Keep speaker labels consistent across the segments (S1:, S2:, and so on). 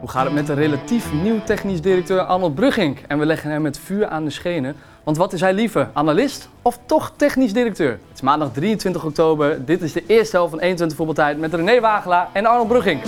S1: Hoe gaat het met de relatief nieuw technisch directeur Arnold Brugink? En we leggen hem het vuur aan de schenen. Want wat is hij liever, analist of toch technisch directeur? Het is maandag 23 oktober. Dit is de eerste helft van 21 voetbaltijd met René Wagelaar en Arnold Brugink.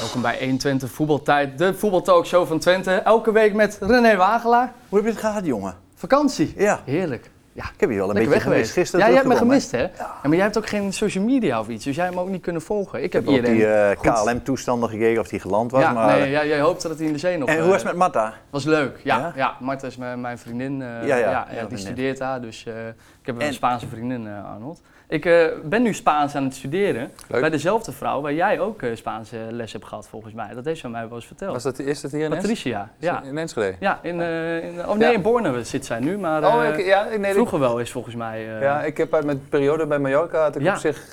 S1: Welkom bij 120 Voetbaltijd, de voetbaltalkshow van Twente. Elke week met René Wagelaar.
S2: Hoe heb je het gehad, jongen?
S1: Vakantie.
S2: Ja.
S1: Heerlijk. Ja,
S2: Ik heb je wel een
S1: Lekker
S2: beetje
S1: weg geweest.
S2: gemist gisteren.
S1: ja, jij hebt me
S2: teruggekomen,
S1: gemist, hè? Ja, maar jij hebt ook geen social media of iets, dus jij hebt me ook niet kunnen volgen. Ik
S2: hè?
S1: heb
S2: Ik heb op
S1: iedereen
S2: die eh,
S1: goed-
S2: KLM-toestanden gekeken of die geland was.
S1: Ja,
S2: maar,
S1: nee, ja, jij hoopte dat hij in de zee nog...
S2: en
S1: eh,
S2: hoe was het met Matta?
S1: Was leuk, ja. ja?
S2: Ja?
S1: Marta is mijn, mijn vriendin, eh, ja,
S2: ja,
S1: ja,
S2: ja,
S1: die
S2: vriendin.
S1: studeert daar, dus eh, ik heb een
S2: En-
S1: Spaanse vriendin, eh, Arnold. Ik eh, ben nu Spaans aan het studeren,
S3: Leuk.
S1: bij dezelfde vrouw waar jij ook eh, Spaanse les hebt gehad, volgens mij. Dat heeft ze aan mij wel eens verteld.
S3: Was dat, is dat hier in Enschede?
S1: Patricia, ja.
S3: In Enschede?
S1: Ja, in, eh, in, oh nee,
S3: Ja.
S1: in Borne zit zij nu, maar
S3: Oh,
S1: eh,
S3: ik, ja, ik, nee,
S1: vroeger wel eens volgens mij. eh,
S3: ik, ja, ik heb uit mijn periode bij Mallorca had ik
S1: Ja.
S3: op zich,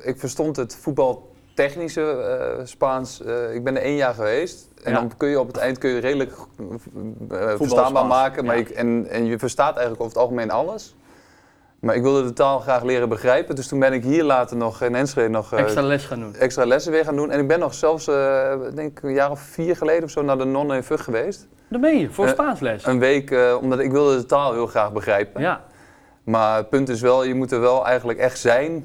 S3: ik verstond het voetbaltechnische eh, Spaans. Eh, ik ben er één jaar geweest en
S1: Ja.
S3: dan kun je op het eind kun je redelijk eh, verstaanbaar
S2: Voetbalspaans,
S3: maken. Maar
S1: ja.
S3: ik, en, en je verstaat eigenlijk over het algemeen alles. Maar ik wilde de taal graag leren begrijpen, dus toen ben ik hier later nog in Enschede nog eh,
S1: extra les gaan doen.
S3: extra lessen weer gaan doen. En ik ben nog zelfs, eh, ik denk een jaar of vier geleden of zo, naar de non in Vug geweest.
S1: Dan ben je voor
S3: Eh,
S1: Spaansles.
S3: Een week, eh, omdat ik wilde de taal heel graag begrijpen.
S1: ja,
S3: Maar het punt is wel, je moet er wel eigenlijk echt zijn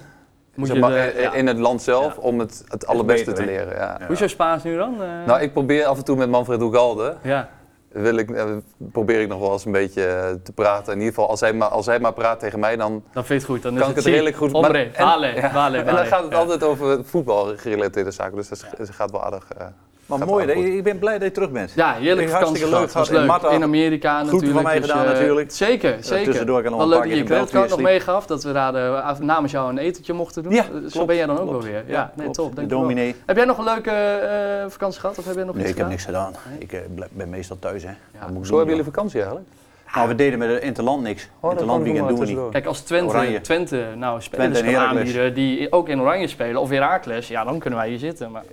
S1: moet
S3: zeg
S1: je
S3: maar,
S1: de-
S3: in-
S1: ja.
S3: in het land zelf
S1: Ja.
S3: om het, het allerbeste
S2: beter,
S3: te
S2: hè?
S3: leren. Ja.
S2: Ja.
S1: Hoezo Spaans nu dan? eh?
S3: Nou, ik probeer af en toe met Manfred Ugalde,
S1: ja.
S3: wil ik, eh, probeer ik nog wel eens een beetje eh, te praten. In ieder geval, als hij maar, als hij maar praat tegen mij, dan,
S1: Dan vind je het goed. Dan
S3: Kan
S1: is
S3: ik het redelijk goed- maar-
S1: Hombre,
S3: en-
S1: vale,
S3: ja.
S1: vale,
S3: en dan
S1: vale.
S3: gaat het
S1: Ja.
S3: altijd over voetbal gerelateerde zaken. Dus dat is- dat gaat wel aardig. eh,
S2: Maar
S3: gaat
S2: mooi,
S3: wel
S2: hè?
S3: goed.
S2: ik ben blij dat je terug bent.
S1: Ja, heerlijk
S2: Ik heb
S1: vakantie
S2: hartstikke
S1: gehad.
S2: leuk
S1: Was
S2: gehad. En
S1: leuk.
S2: Marta,
S1: In Amerika
S2: goed
S1: natuurlijk.
S2: van mij
S1: dus,
S2: gedaan
S1: eh,
S2: natuurlijk.
S1: Zeker, zeker.
S2: tussendoor kan nog
S1: Wat
S2: een
S1: leuk
S2: paar
S1: dat je je
S2: keer gebeld
S1: creditcard
S2: via
S1: nog meegaf. Dat we daar eh, namens jou een etentje mochten doen.
S2: Ja,
S1: Eh, Zo
S2: klopt,
S1: ben jij dan ook
S2: klopt.
S1: wel weer. Ja,
S2: Ja,
S1: nee,
S2: klopt.
S1: top.
S2: De
S1: Dank je wel.
S2: dominee.
S1: Heb jij nog een leuke eh, vakantie gehad? Of heb jij nog
S2: Nee,
S1: iets
S2: ik heb
S1: gedaan?
S2: niks gedaan. Ik eh, ble- ben meestal thuis, hè.
S1: Ja.
S2: Wat moet ik
S3: Zo
S2: doen,
S3: hebben jullie
S2: joh?
S3: vakantie eigenlijk?
S2: Nou, we deden met het Interland niks.
S3: dat
S1: Oh,
S2: Interland
S3: kwam er
S2: weekend
S3: maar
S2: doen we niet.
S3: tussendoor.
S1: Kijk, als Twente,
S2: Oranje.
S1: Twente nou spelers
S2: Twente en
S1: kan
S2: Heracles.
S1: aanbieden die ook in Oranje spelen of Heracles, ja, dan kunnen wij hier zitten. Maar...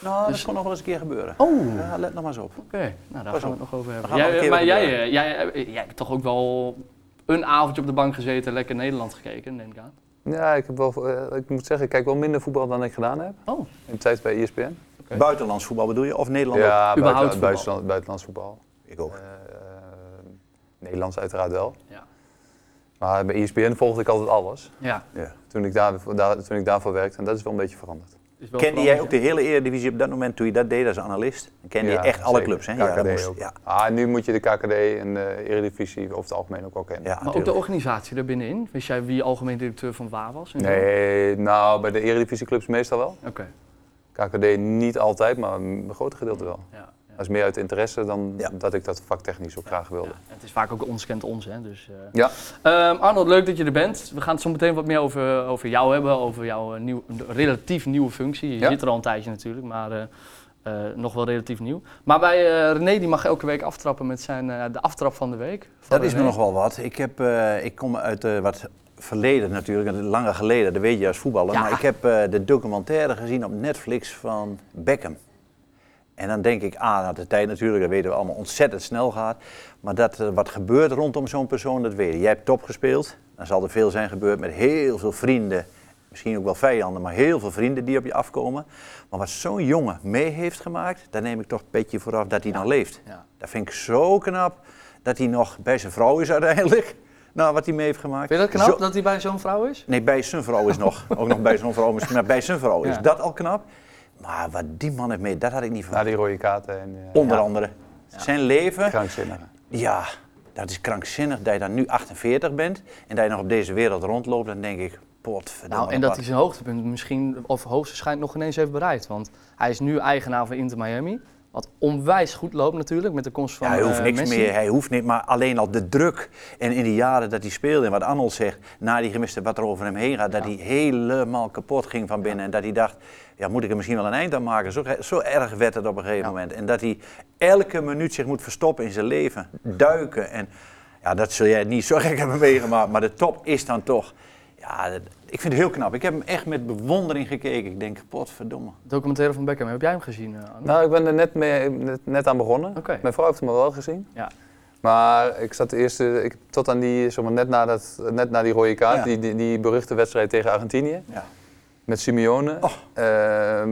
S2: Nou,
S1: Dus-
S2: dat kon nog wel eens een keer gebeuren.
S1: Oh, oké.
S2: Ja, let nog maar eens op.
S1: Nou, daar
S2: Pas
S1: gaan we
S2: op.
S1: het nog over hebben.
S2: gaan we nog
S1: Jij,
S2: een
S1: maar
S2: keer
S1: jij,
S2: wat
S1: eh, jij, eh, jij hebt toch ook wel een avondje op de bank gezeten, lekker Nederland gekeken, neem ik aan.
S3: Ja, ik, heb wel, eh, ik moet zeggen, ik kijk wel minder voetbal dan ik gedaan heb.
S1: Oh,
S3: In de tijd bij E ESPN.
S1: Oké.
S2: Buitenlands voetbal bedoel je? Of Nederland ook?
S3: Ja,
S1: Überhaupt
S3: buitenlands
S1: voetbal.
S3: buitenland, buitenlands voetbal.
S2: Ik ook.
S3: Eh, Nederlands uiteraard wel.
S1: ja.
S3: Maar bij E ESPN volgde ik altijd alles.
S1: Ja,
S2: Ja.
S3: Toen ik, daar, daar- toen ik daarvoor werkte. En dat is wel een beetje veranderd.
S1: is wel
S2: Kende jij ook
S1: veranderd,
S2: de hele Eredivisie op dat moment toen je dat deed als analist? Kende je
S3: Ja,
S2: echt alle
S3: zeker.
S2: clubs, hè?
S3: KKD
S2: dat moest-
S3: ook.
S2: ja.
S3: Ah, nu moet je de KKD en de Eredivisie over het algemeen ook wel kennen.
S2: Ja,
S1: ja. Maar ook de
S2: natuurlijk.
S1: organisatie daarbinnenin. Wist jij wie algemeen directeur van waar was?
S3: Nee, nou, bij de Eredivisieclubs meestal wel.
S1: Oké,
S3: KKD niet altijd, maar een groot gedeelte wel.
S1: ja. ja.
S3: Dat is meer uit interesse dan
S2: Ja.
S3: dat ik dat vaktechnisch ook graag wilde.
S1: Ja, het is vaak ook ons kent ons, hè. Dus, eh.
S3: Ja.
S1: Ehm, Arnold, leuk dat je er bent. We gaan het zo meteen wat meer over, over jou hebben, over jouw eh, nieuw, relatief nieuwe functie. Je
S3: Ja.
S1: zit er al een tijdje natuurlijk, maar eh, eh, nog wel relatief nieuw. Maar bij eh, René, die mag elke week aftrappen met zijn, eh, de aftrap van de week. Van
S2: Dat is me
S1: René.
S2: nog wel wat. Ik, heb, eh, ik kom uit eh, wat verleden natuurlijk, en langer geleden, dat weet je als voetballer.
S1: Ja.
S2: Maar ik heb eh, de documentaire gezien op Netflix van Beckham. En dan denk ik, ah, nou, de tijd natuurlijk, dat weten we allemaal, ontzettend snel gaat. Maar dat er wat gebeurt rondom zo'n persoon, dat weet je. Jij hebt top gespeeld, dan zal er veel zijn gebeurd met heel veel vrienden. Misschien ook wel vijanden, maar heel veel vrienden die op je afkomen. Maar wat zo'n jongen mee heeft gemaakt, daar neem ik toch een petje vooraf dat hij nog leeft.
S1: Ja.
S2: Dat vind ik zo knap dat hij nog bij zijn vrouw is uiteindelijk. Nou, wat hij mee heeft gemaakt.
S1: Vind je dat knap
S2: Zo-
S1: dat hij bij zo'n vrouw is?
S2: nee, bij zijn vrouw is nog. Ook nog bij zijn vrouw misschien. Maar bij zijn vrouw is
S1: Ja.
S2: dat al knap. Maar wat die man heeft mee, dat had ik niet
S3: Na
S2: verwacht.
S3: die rode kaarten en eh,
S2: Onder andere. Zijn leven,
S3: krankzinnig.
S2: ja, dat is krankzinnig dat je dan nu 48 bent en dat je nog op deze wereld rondloopt. Dan denk ik, potverdomme.
S1: Nou, en dat
S2: wat.
S1: hij zijn hoogtepunt misschien, of hoogstwaarschijnlijk nog ineens heeft bereikt. Want hij is nu eigenaar van Inter Miami. Wat onwijs goed loopt natuurlijk, met de komst van
S2: Ja, hij hoeft
S1: eh,
S2: niks
S1: Messi.
S2: meer, hij hoeft niet, maar alleen al de druk. En in de jaren dat hij speelde, en wat Arnold zegt, na die gemiste wat er over hem heen gaat, dat hij helemaal kapot ging van binnen. En dat hij dacht, ja, moet ik er misschien wel een eind aan maken? Zo, zo erg werd het op een gegeven moment. En dat hij elke minuut zich moet verstoppen in zijn leven, duiken. En ja, dat zul jij niet zo gek hebben meegemaakt, maar de top is dan toch. Ja, dat- ik vind het heel knap. Ik heb hem echt met bewondering gekeken. Ik denk, potverdomme.
S1: Documentaire van Beckham, heb jij hem gezien? eh, Arno?
S3: Nou, ik ben er net, mee, net, net aan begonnen.
S1: Oké.
S3: Mijn vrouw heeft hem al wel gezien.
S1: Ja.
S3: Maar ik zat de eerste, ik, tot aan die, zeg maar, net, na dat, net na die rode kaart,
S2: Ja.
S3: die, die, die beruchte wedstrijd tegen Argentinië.
S2: Ja.
S3: Met Simeone.
S2: Oh.
S3: Ehm,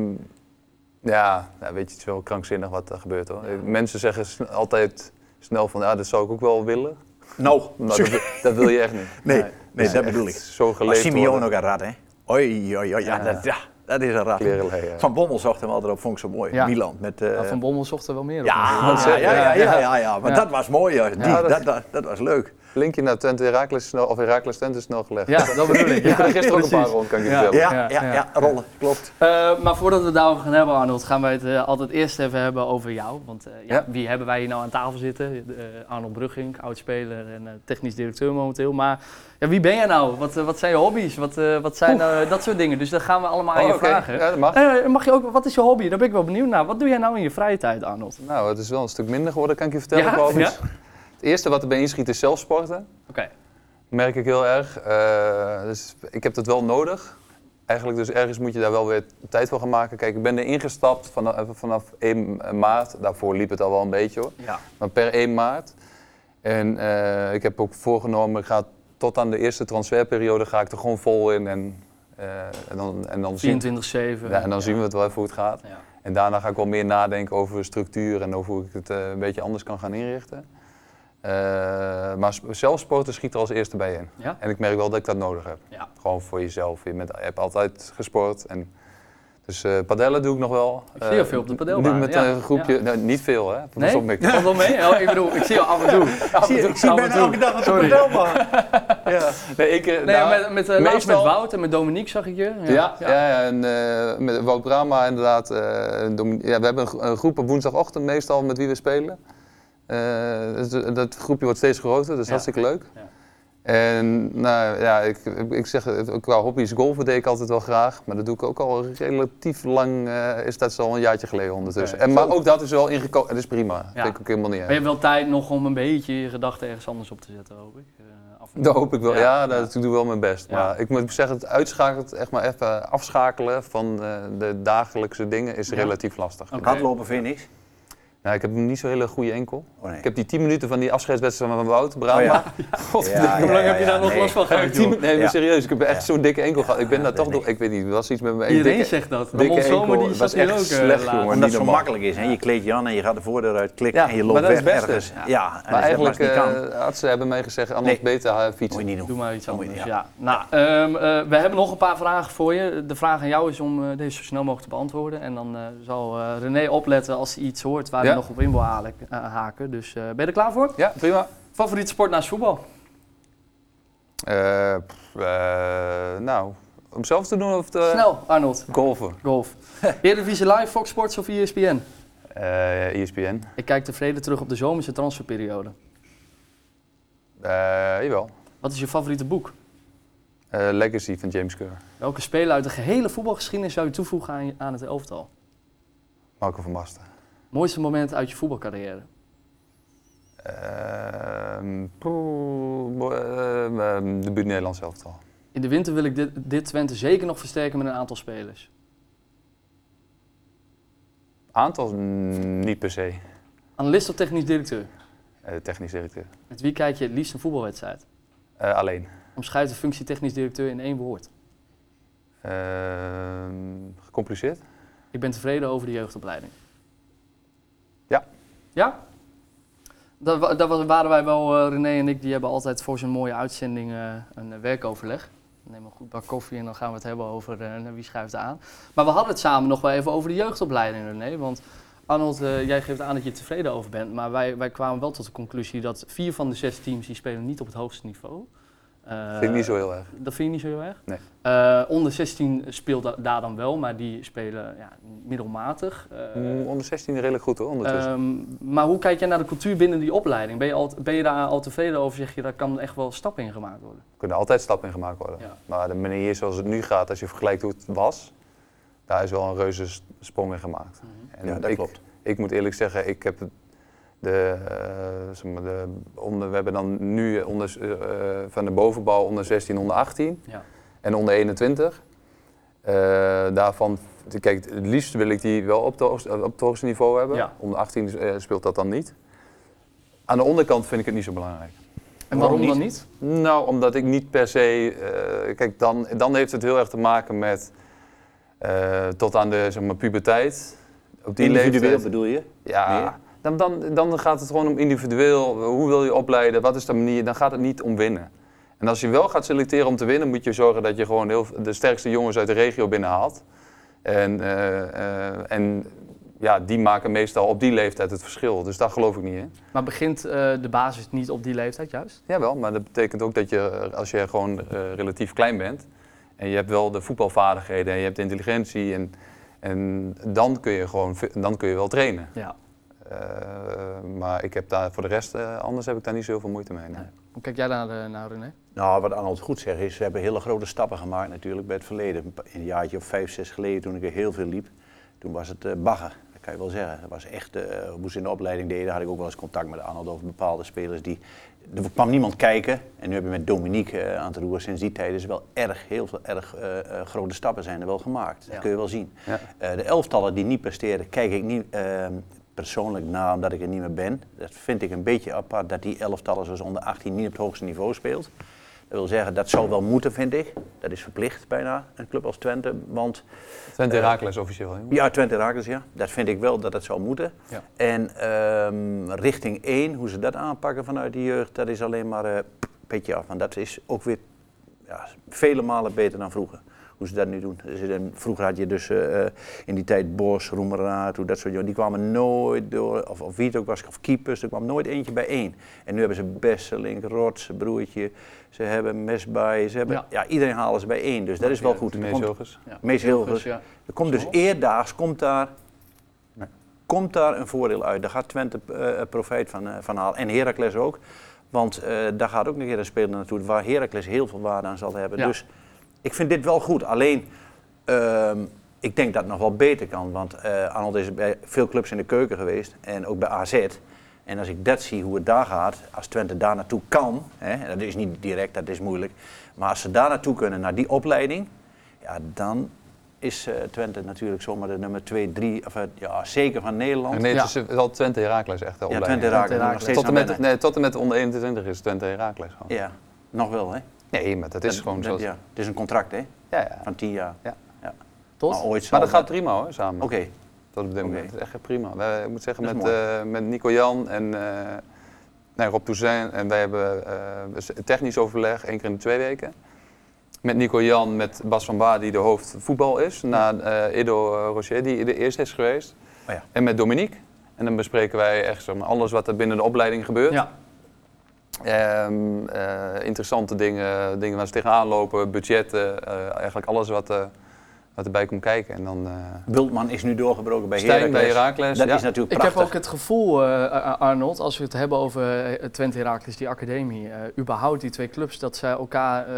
S3: ja, nou, weet je, het is wel krankzinnig wat er gebeurt hoor. Mensen zeggen sn- altijd snel van, ja, dat zou ik ook wel willen.
S2: Nou,
S3: Maar dat, wil- dat wil je echt niet.
S2: nee, nee,
S3: is
S2: dat
S3: echt
S2: bedoel ik.
S3: Zo
S2: Maar
S3: geleefd
S2: Simeone
S3: worden.
S2: ook een rad, hè? Oei, oei, oei. Ja,
S3: Ja.
S2: Dat, ja, dat is een rad.
S3: Klerenlei, ja.
S2: Van Bommel zocht hem altijd op, vond ik zo mooi.
S1: Ja.
S2: Milan. Met, eh,
S1: Ja, Van Bommel zocht er wel meer op.
S2: ja,
S1: natuurlijk.
S2: ja, ja, ja, ja, ja, Maar
S1: Ja.
S2: dat was mooi. Ja. Die,
S3: Ja, dat-
S2: dat, dat, dat was leuk.
S3: Linkje naar Twente Heracles snel, of Heracles Twente is snel gelegd.
S1: Ja, dat bedoel ik.
S3: Ik heb
S1: Ja,
S3: er gisteren ook een paar
S1: precies.
S3: rond, kan ik je
S1: Ja.
S3: vertellen.
S2: Ja, ja,
S1: Ja,
S2: ja,
S1: ja.
S2: rollen. Klopt.
S1: Eh, maar voordat we het daarover gaan hebben, Arnold, gaan wij het eh, altijd eerst even hebben over jou. Want eh, ja,
S3: Ja.
S1: wie hebben wij hier nou aan tafel zitten? Eh Arnold Brugging, oud-speler en eh, technisch directeur momenteel. Maar ja, wie ben jij nou? Wat, eh, wat zijn je hobby's? Wat, eh, wat zijn eh, dat soort dingen? Dus dat gaan we allemaal aan
S3: Oh,
S1: je
S3: oké.
S1: vragen.
S3: Ja, dat mag.
S1: Eh, mag je ook, wat is je hobby? Daar ben ik wel benieuwd naar. Wat doe jij nou in je vrije tijd, Arnold? Oké.
S3: Nou, het is wel een stuk minder geworden, kan ik je vertellen.
S1: Ja?
S3: Paul.
S1: Ja?
S3: Het eerste wat er bij inschiet is zelfsporten. Merk ik heel erg. Eh, dus ik heb dat wel nodig. Eigenlijk dus ergens moet je daar wel weer tijd voor gaan maken. Kijk, ik ben er ingestapt vanaf, vanaf 1 maart. Daarvoor liep het al wel een beetje hoor.
S1: Ja.
S3: Maar per 1 maart. En eh, ik heb ook voorgenomen, ik ga tot aan de eerste transferperiode ga ik er gewoon vol in. En, eh, en dan, en dan,
S1: 24-7.
S3: zien, ja, en dan zien we het wel even hoe het gaat.
S1: Ja.
S3: En daarna ga ik wel meer nadenken over structuur en over hoe ik het eh, een beetje anders kan gaan inrichten. Eh, maar s- zelfsporten schiet er als eerste bij in.
S1: Ja?
S3: En ik merk wel dat ik dat nodig heb.
S1: Ja.
S3: Gewoon voor jezelf. Je bent, je hebt altijd gesport. En, dus eh padellen doe ik nog wel. Eh,
S1: Ik zie je veel op de padelbaan,
S3: Nu met
S1: ja.
S3: een groepje.
S1: Ja.
S3: Nou, niet veel hè. Pas
S1: Nee?
S3: op, Mick.
S1: Valt wel mee? Oh, ik bedoel, ik zie jou af en toe.
S2: Ik zie, ik zie
S1: Af en
S2: bijna
S1: toe.
S2: elke dag wat op
S1: Sorry.
S2: de man.
S3: Ja. Nee, ik, eh,
S1: Nee,
S3: nou,
S1: met, met, eh, laatst
S3: meestal-
S1: met Wout en met Dominique zag ik je.
S3: Ja, ja. ja, en eh, met Wout Brama inderdaad. eh, Domin- ja, we hebben een, gro- een groep op woensdagochtend meestal met wie we spelen. Eh, dus dat- dat groepje wordt steeds groter, dat is
S1: Ja.
S3: hartstikke leuk.
S1: Ja.
S3: En nou ja, ik, ik zeg, het, qua hobby's golven deed ik altijd wel graag, maar dat doe ik ook al relatief lang, eh, is dat zo al een jaartje geleden ondertussen.
S1: Oké.
S3: En, maar ook dat is wel ingekomen, dat is prima,
S1: Ja.
S3: vind ik ook helemaal niet
S1: Maar je
S3: erg.
S1: hebt wel tijd nog om een beetje je gedachten ergens anders op te zetten, hoop ik. Eh, af en toe.
S3: Dat hoop ik wel, ja, dat, ik doe wel mijn best.
S1: Ja.
S3: Maar ik moet zeggen, het uitschakelen, echt maar even afschakelen van eh, de dagelijkse dingen is
S1: Ja.
S3: relatief lastig.
S1: Oké.
S2: Hardlopen vind ik niks.
S3: Nou, ik heb niet zo'n hele goede enkel.
S2: Oh, nee.
S3: Ik heb die 10 minuten van die afscheidswedstrijd van Wout Brama.
S2: Oh, ja.
S3: Godverdikke.
S2: Ja,
S1: Hoe lang heb je daar nog
S2: nee.
S1: last van
S3: Heb ik
S1: gehad,
S3: 10
S1: joh?
S3: minuten- nee, maar
S2: Ja.
S3: serieus, ik heb echt
S2: Ja.
S3: zo'n dikke enkel gehad. Ik ben
S2: Ja,
S3: daar
S2: dat
S3: toch
S2: weet
S3: door, ik weet niet, er was iets met mijn
S1: Iedereen
S3: dikke,
S1: zegt dat. Ramon
S3: dikke
S1: Zomer
S3: enkel.
S1: die
S3: Het
S1: zat
S3: was
S1: hier
S3: echt
S1: ook eh,
S3: slecht,
S1: laatst.
S3: jongen.
S2: Omdat het
S3: niet
S2: zo
S3: normaal.
S2: makkelijk is. Hè? Je kleedt je aan en je gaat de voordeur uit, klikt
S3: Ja,
S2: en je
S3: maar
S2: loopt
S3: dat is
S2: weg
S3: beste.
S2: ergens. Ja, en
S3: Maar
S2: dat is helemaal
S3: eigenlijk,
S2: niet kan.
S3: eh artsen hebben mij gezegd, anders
S2: Nee.
S3: beter eh,
S2: Moet
S3: fietsen.
S2: je niet
S1: Doe
S2: doen.
S1: maar iets
S3: Oh,
S2: Moet je-
S1: anders,
S2: ja.
S1: ja. Nou, ehm, eh, we hebben nog een paar vragen voor je. De vraag aan jou is om eh, deze zo snel mogelijk te beantwoorden. En dan eh, zal eh, René opletten als hij iets hoort waar
S3: Ja.
S1: hij nog op in wil halen- eh, haken. Dus eh, ben je er klaar voor?
S3: Ja, prima.
S1: Favoriete sport naast voetbal?
S3: Eh, pff, eh, nou, om zelf te doen of te...
S1: Snel, Eh, Arnold.
S3: Golven.
S1: Golf. Eredivisie Live, Fox Sports of E ESPN?
S3: Eh ESPN.
S1: Ik kijk tevreden terug op de zomerse transferperiode.
S3: Eh jawel.
S1: Wat is je favoriete boek?
S3: Eh, Legacy van James Kerr.
S1: Welke speler uit de gehele voetbalgeschiedenis zou je toevoegen aan, je- aan het elftal?
S3: Marco van Basten.
S1: Mooiste moment uit je voetbalcarrière?
S3: Ehm, poeh, bo- ehm, ehm, de buurt Nederlands elftal.
S1: In de winter wil ik dit, dit Twente zeker nog versterken met een aantal spelers.
S3: Aantal mm, niet per se.
S1: Analist of technisch directeur?
S3: Eh, technisch directeur.
S1: Met wie kijk je het liefst een voetbalwedstrijd?
S3: Eh, alleen.
S1: Omschrijf de functie technisch directeur in één woord.
S3: Ehm, gecompliceerd.
S1: Ik ben tevreden over de jeugdopleiding.
S3: Ja.
S1: Ja? Daar, wa- daar wa- waren wij wel, eh, René en ik, die hebben altijd voor zo'n mooie uitzending eh, een eh, werkoverleg. Neem een goed bak koffie en dan gaan we het hebben over eh, wie schuift er aan. Maar we hadden het samen nog wel even over de jeugdopleiding, René. Want Arnold, eh, jij geeft aan dat je er tevreden over bent. Maar wij, wij kwamen wel tot de conclusie dat vier van de zes teams die spelen niet op het hoogste niveau. Eh,
S3: Vind ik niet zo heel erg.
S1: dat vind je niet zo heel erg?
S3: Nee.
S1: Eh, onder 16 speelt da- daar dan wel, maar die spelen ja, middelmatig. Eh,
S3: Mm, onder 16 redelijk goed hoor, ondertussen.
S1: ehm, maar hoe kijk jij naar de cultuur binnen die opleiding? Ben je, al, ben je daar al tevreden over? Zeg je, daar kan echt wel stap in gemaakt worden?
S3: Er kunnen altijd stappen in gemaakt worden.
S1: Eh. Ja.
S3: Maar de manier zoals het nu gaat, als je vergelijkt hoe het was, daar is wel een reuze s- sprong in gemaakt.
S1: Mhm.
S3: En
S2: Ja, dat
S3: ik-
S2: klopt.
S3: Ik moet eerlijk zeggen, ik heb het- de, eh, zeg maar, de onder, we hebben dan nu onder, eh, van de bovenbouw onder 16, onder 18.
S1: Ja.
S3: en onder 21. Eh, daarvan, kijk, het liefst eh, wil ik die wel op, de hoogste- op het hoogste niveau hebben.
S1: Ja.
S3: Onder 18 eh, speelt dat dan niet. Aan de onderkant vind ik het niet zo belangrijk.
S1: En waarom
S2: Waarom
S1: dan niet?
S3: Nou, omdat ik niet per se. eh, kijk, dan, dan heeft het heel erg te maken met. eh, tot aan de zeg maar, puberteit. Op die
S2: Individueel
S3: leeftijd.
S2: bedoel je? Meer?
S3: Ja. Dan, dan, dan gaat het gewoon om individueel. Hoe wil je opleiden? Wat is de manier? Dan gaat het niet om winnen. En als je wel gaat selecteren om te winnen, moet je zorgen dat je gewoon heel, de sterkste jongens uit de regio binnenhaalt. En, eh, eh, en ja, die maken meestal op die leeftijd het verschil. Dus daar geloof ik niet in.
S1: Maar begint eh, de basis niet op die leeftijd juist?
S3: Jawel, maar dat betekent ook dat je, eh, als je gewoon eh, relatief klein bent en je hebt wel de voetbalvaardigheden en je hebt de intelligentie en, en dan, kun je gewoon, ve- dan kun je wel trainen.
S1: Ja.
S3: Eh, maar ik heb daar voor de rest, eh, anders heb ik daar niet zoveel moeite mee. nee.
S1: Nee. Hoe kijk jij daar eh, naar, René?
S2: Nou, wat Arnold goed zegt is, ze hebben hele grote stappen gemaakt natuurlijk bij het verleden. Een jaartje of vijf, zes geleden toen ik er heel veel liep, toen was het eh, bagger. Dat kan je wel zeggen. Dat was echt, eh, hoe ze in de opleiding deden, had ik ook wel eens contact met Arnold over bepaalde spelers. Die, er kwam niemand kijken. En nu heb je met Dominique eh, aan het roer. Sinds die tijd is wel erg, heel veel erg eh, eh, grote stappen zijn er wel gemaakt. Dat
S1: Ja.
S2: kun je wel zien.
S3: Ja.
S2: Eh, de elftallen die niet presteren, kijk ik niet eh, persoonlijk naar omdat ik er niet meer ben. Dat vind ik een beetje apart dat die elftallen zoals onder 18 niet op het hoogste niveau speelt. Dat wil zeggen, dat zou wel moeten, vind ik. Dat is verplicht bijna, een club als Twente. Want
S3: Twente
S2: Eh,
S3: Herakles officieel. hè?
S2: ja, Twente Rakers, ja. Dat vind ik wel dat het zou moeten.
S1: Ja.
S2: En ehm, richting 1, hoe ze dat aanpakken vanuit de jeugd, dat is alleen maar eh, een petje af. Want dat is ook weer ja, vele malen beter dan vroeger. Hoe ze dat nu doen. Dus, eh, vroeger had je dus eh, eh, in die tijd Bos, Roemeraad, hoe dat soort jongen. Die kwamen nooit door, of, of wie het ook was, of keepers, er kwam nooit eentje bij één. En nu hebben ze Besselink, Rots, Broertje, ze hebben Mesbaai, ze hebben...
S1: Ja.
S2: Ja. iedereen halen ze bij één, dus dat is wel goed. Er
S3: Mees
S2: komt-
S3: Hilgers.
S2: Mees Hilgers.
S1: Ja.
S2: er komt dus
S1: Zo.
S2: eerdaags komt daar,
S3: Nee.
S2: komt daar een voordeel uit. Daar gaat Twente eh, profijt van, eh, van halen. En Heracles ook. Want eh, daar gaat ook nog weer een speler naartoe waar Heracles heel veel waarde aan zal hebben.
S1: Ja.
S2: Dus ik vind dit wel goed. Alleen, ehm, ik denk dat het nog wel beter kan. Want eh Arnold is bij veel clubs in de keuken geweest. En ook bij AZ. En als ik dat zie, hoe het daar gaat, als Twente daar naartoe kan, hè, en dat is niet direct, dat is moeilijk, maar als ze daar naartoe kunnen, naar die opleiding, ja, dan is eh, Twente natuurlijk zomaar de nummer 2, 3, of eh, ja, zeker van Nederland.
S3: En nee,
S1: Ja.
S3: het is eh, wel Twente Herakles echt de
S2: ja,
S3: opleiding.
S2: Twente raakt
S1: Twente
S2: nog
S1: Heracles.
S2: steeds
S3: Tot en,
S2: aan
S3: met,
S2: wennen.
S3: nee, tot en met onder 21 is Twente Herakles gewoon.
S2: Ja, nog wel, hè?
S3: Nee, maar dat is
S2: Dat-
S3: gewoon
S2: dat-
S3: zo.
S2: Ja, het is een contract, hè?
S3: Ja, ja.
S2: Van 10 jaar.
S3: Ja.
S1: Tot?
S2: Maar ooit zal
S3: Maar dat gaat prima hoor, samen.
S2: Oké,
S3: Dat op dit moment.
S2: Oké.
S3: Dat is echt prima. Wij, ik moet zeggen,
S2: Dat is
S3: met, eh, met Nico Jan en eh nee, Rob Toussaint. En wij hebben eh, dus technisch overleg één keer in de twee weken. Met Nico Jan, met Bas van Baar, die de hoofd voetbal is. Na eh Edo eh, Rocher, die de eerste is geweest.
S2: Oh ja.
S3: En met Dominique. En dan bespreken wij echt zeg maar, alles wat er binnen de opleiding gebeurt.
S1: Ja.
S3: Ehm, eh, interessante dingen, dingen waar ze tegenaan lopen, budgetten, eh, eigenlijk alles wat, eh, wat erbij komt kijken. En dan, eh,
S2: Bultman is nu doorgebroken bij
S3: Stijn bij
S2: Heracles.
S3: Herakles.
S2: Dat
S3: ja.
S2: is natuurlijk
S1: Ik heb
S2: prachtig.
S1: ook het gevoel, eh, Ar- Arnold, als we het hebben over eh, Twente Heracles, die academie, eh, überhaupt die twee clubs, dat zij elkaar eh,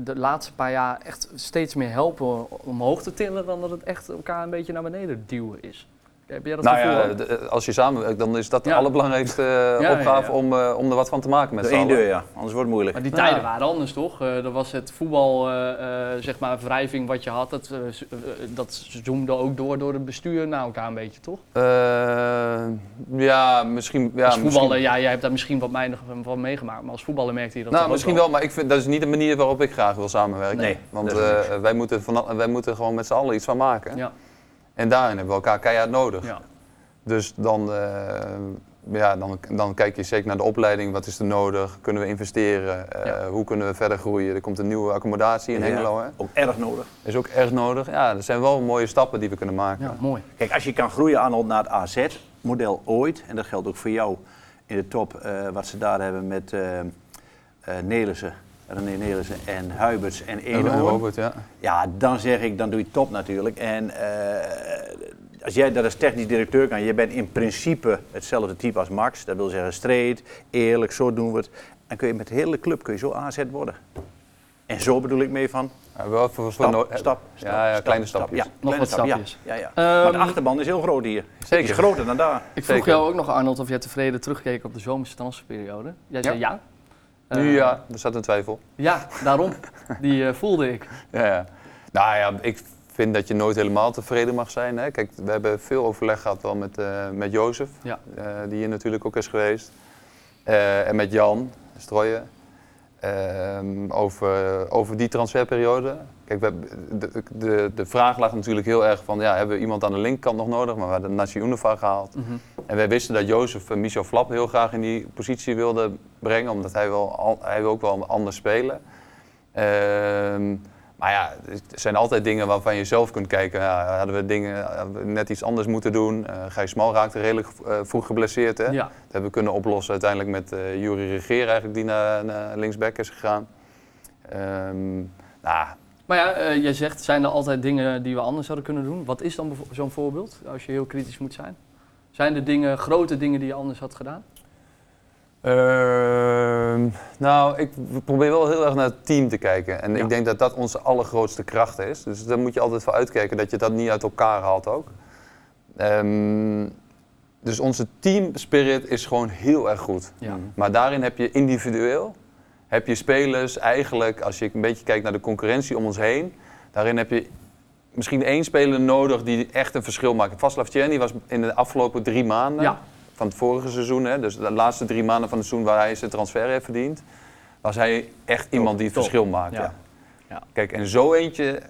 S1: de laatste paar jaar echt steeds meer helpen omhoog te tillen, dan dat het echt elkaar een beetje naar beneden duwen is. Heb jij dat
S3: nou
S1: gevoel?
S3: ja,
S1: ook?
S3: de- als je samenwerkt, dan is dat de
S1: Ja.
S3: allerbelangrijkste eh,
S1: Ja, ja,
S3: opgave
S1: ja.
S3: Om, eh, om er wat van te maken met
S2: Door
S3: z'n
S2: één
S3: allen.
S2: deur, ja. Anders wordt het moeilijk.
S1: Maar die
S3: Ja.
S1: tijden waren anders, toch? Eh er was het voetbal, eh, eh, zeg maar, wrijving wat je had, dat, eh, z- eh, dat zoomde ook door door het bestuur naar elkaar een beetje, toch?
S3: Eh, ja, misschien. Ja,
S1: als voetballer,
S3: misschien,
S1: ja, jij hebt daar misschien wat weinig van meegemaakt, maar als voetballer merkte je dat toch
S3: nou,
S1: ook
S3: misschien wel, maar ik vind, dat is niet de manier waarop ik graag wil samenwerken.
S2: Nee,
S3: Want
S2: dat is
S3: eh, wij, moeten van, wij moeten gewoon met z'n allen iets van maken.
S1: Ja.
S3: En daarin hebben we elkaar keihard nodig.
S1: Ja.
S3: Dus dan, eh, ja, dan, dan kijk je zeker naar de opleiding. Wat is er nodig? Kunnen we investeren? Eh,
S1: Ja.
S3: Hoe kunnen we verder groeien? Er komt een nieuwe accommodatie in
S2: Ja.
S3: Hengelo. Hè?
S2: Ook erg nodig.
S3: Is ook erg nodig. Ja, dat zijn wel mooie stappen die we kunnen maken.
S1: ja, mooi.
S2: Kijk, als je kan groeien, Arnold, naar het AZ-model ooit, en dat geldt ook voor jou in de top, eh, wat ze daar hebben met eh eh, Nelissen, René Nelissen en Huiberts en
S3: En
S2: Eenhoorn.
S3: Robert, ja.
S2: Ja, dan zeg ik, dan doe je top natuurlijk. En eh, als jij dat als technisch directeur kan, je bent in principe hetzelfde type als Max. Dat wil zeggen streed, eerlijk, zo doen we het. Dan kun je met de hele club kun je zo aanzet worden. En zo bedoel ik mee van
S3: Ja, wel voor, voor
S2: stap,
S3: no-
S2: stap, stap,
S3: ja, ja,
S2: stap,
S3: kleine
S2: stap.
S3: stapjes.
S2: Ja,
S1: Nog
S2: kleine
S1: wat
S2: stap,
S1: stapjes.
S2: Ja, ja, ja.
S1: Ehm,
S2: maar de achterban is heel groot hier. Die
S3: Zeker.
S2: is groter dan daar.
S1: Ik vroeg
S3: Zeker.
S1: jou ook nog, Arnold, of jij tevreden terugkeek op de zomerse transferperiode. Jij zei ja. Eh,
S3: Nu ja, er zat een twijfel.
S1: Ja, daarom. Die eh, voelde ik.
S3: Ja, ja. Nou ja, ik vind dat je nooit helemaal tevreden mag zijn. Hè. Kijk, we hebben veel overleg gehad wel met, eh, met Jozef,
S1: Ja.
S3: eh, die hier natuurlijk ook is geweest. Eh, en met Jan Strooijen. ehm, over, over die transferperiode. Kijk, we hebben- de, de, de vraag lag natuurlijk heel erg van, ja, hebben we iemand aan de linkerkant nog nodig? Maar we hadden Nassi Unifar gehaald. En wij wisten dat Jozef en Michel Flap heel graag in die positie wilde brengen, omdat hij wil, al- hij wil ook wel anders spelen. Ehm, maar ja, er zijn altijd dingen waarvan je zelf kunt kijken. Ja, hadden we dingen hadden we net iets anders moeten doen? Eh Gijs Smal raakte redelijk eh, vroeg geblesseerd. Hè?
S1: Ja.
S3: Dat hebben we kunnen oplossen uiteindelijk met eh Jury Regeer, eigenlijk, die naar, naar linksback is gegaan. Ehm nou,
S1: Maar ja, eh, jij zegt, zijn er altijd dingen die we anders hadden kunnen doen? Wat is dan bijvo- zo'n voorbeeld, als je heel kritisch moet zijn? Zijn er dingen, grote dingen die je anders had gedaan?
S3: Ehm, nou, ik probeer wel heel erg naar het team te kijken. En
S1: Ja.
S3: ik denk dat dat onze allergrootste kracht is. Dus daar moet je altijd voor uitkijken dat je dat niet uit elkaar haalt ook. Ehm, dus onze teamspirit is gewoon heel erg goed. Mm.
S1: Ja.
S3: Maar daarin heb je individueel, heb je spelers eigenlijk, als je een beetje kijkt naar de concurrentie om ons heen, daarin heb je misschien één speler nodig die echt een verschil maakt. Vaslav Tjerni was in de afgelopen drie maanden
S1: Ja.
S3: van het vorige seizoen, hè, dus de laatste drie maanden van het seizoen waar hij zijn transfer heeft verdiend, was hij echt iemand die het
S1: top.
S3: verschil maakt.
S1: Ja.
S3: Ja.
S1: Ja.
S3: Kijk, en zo eentje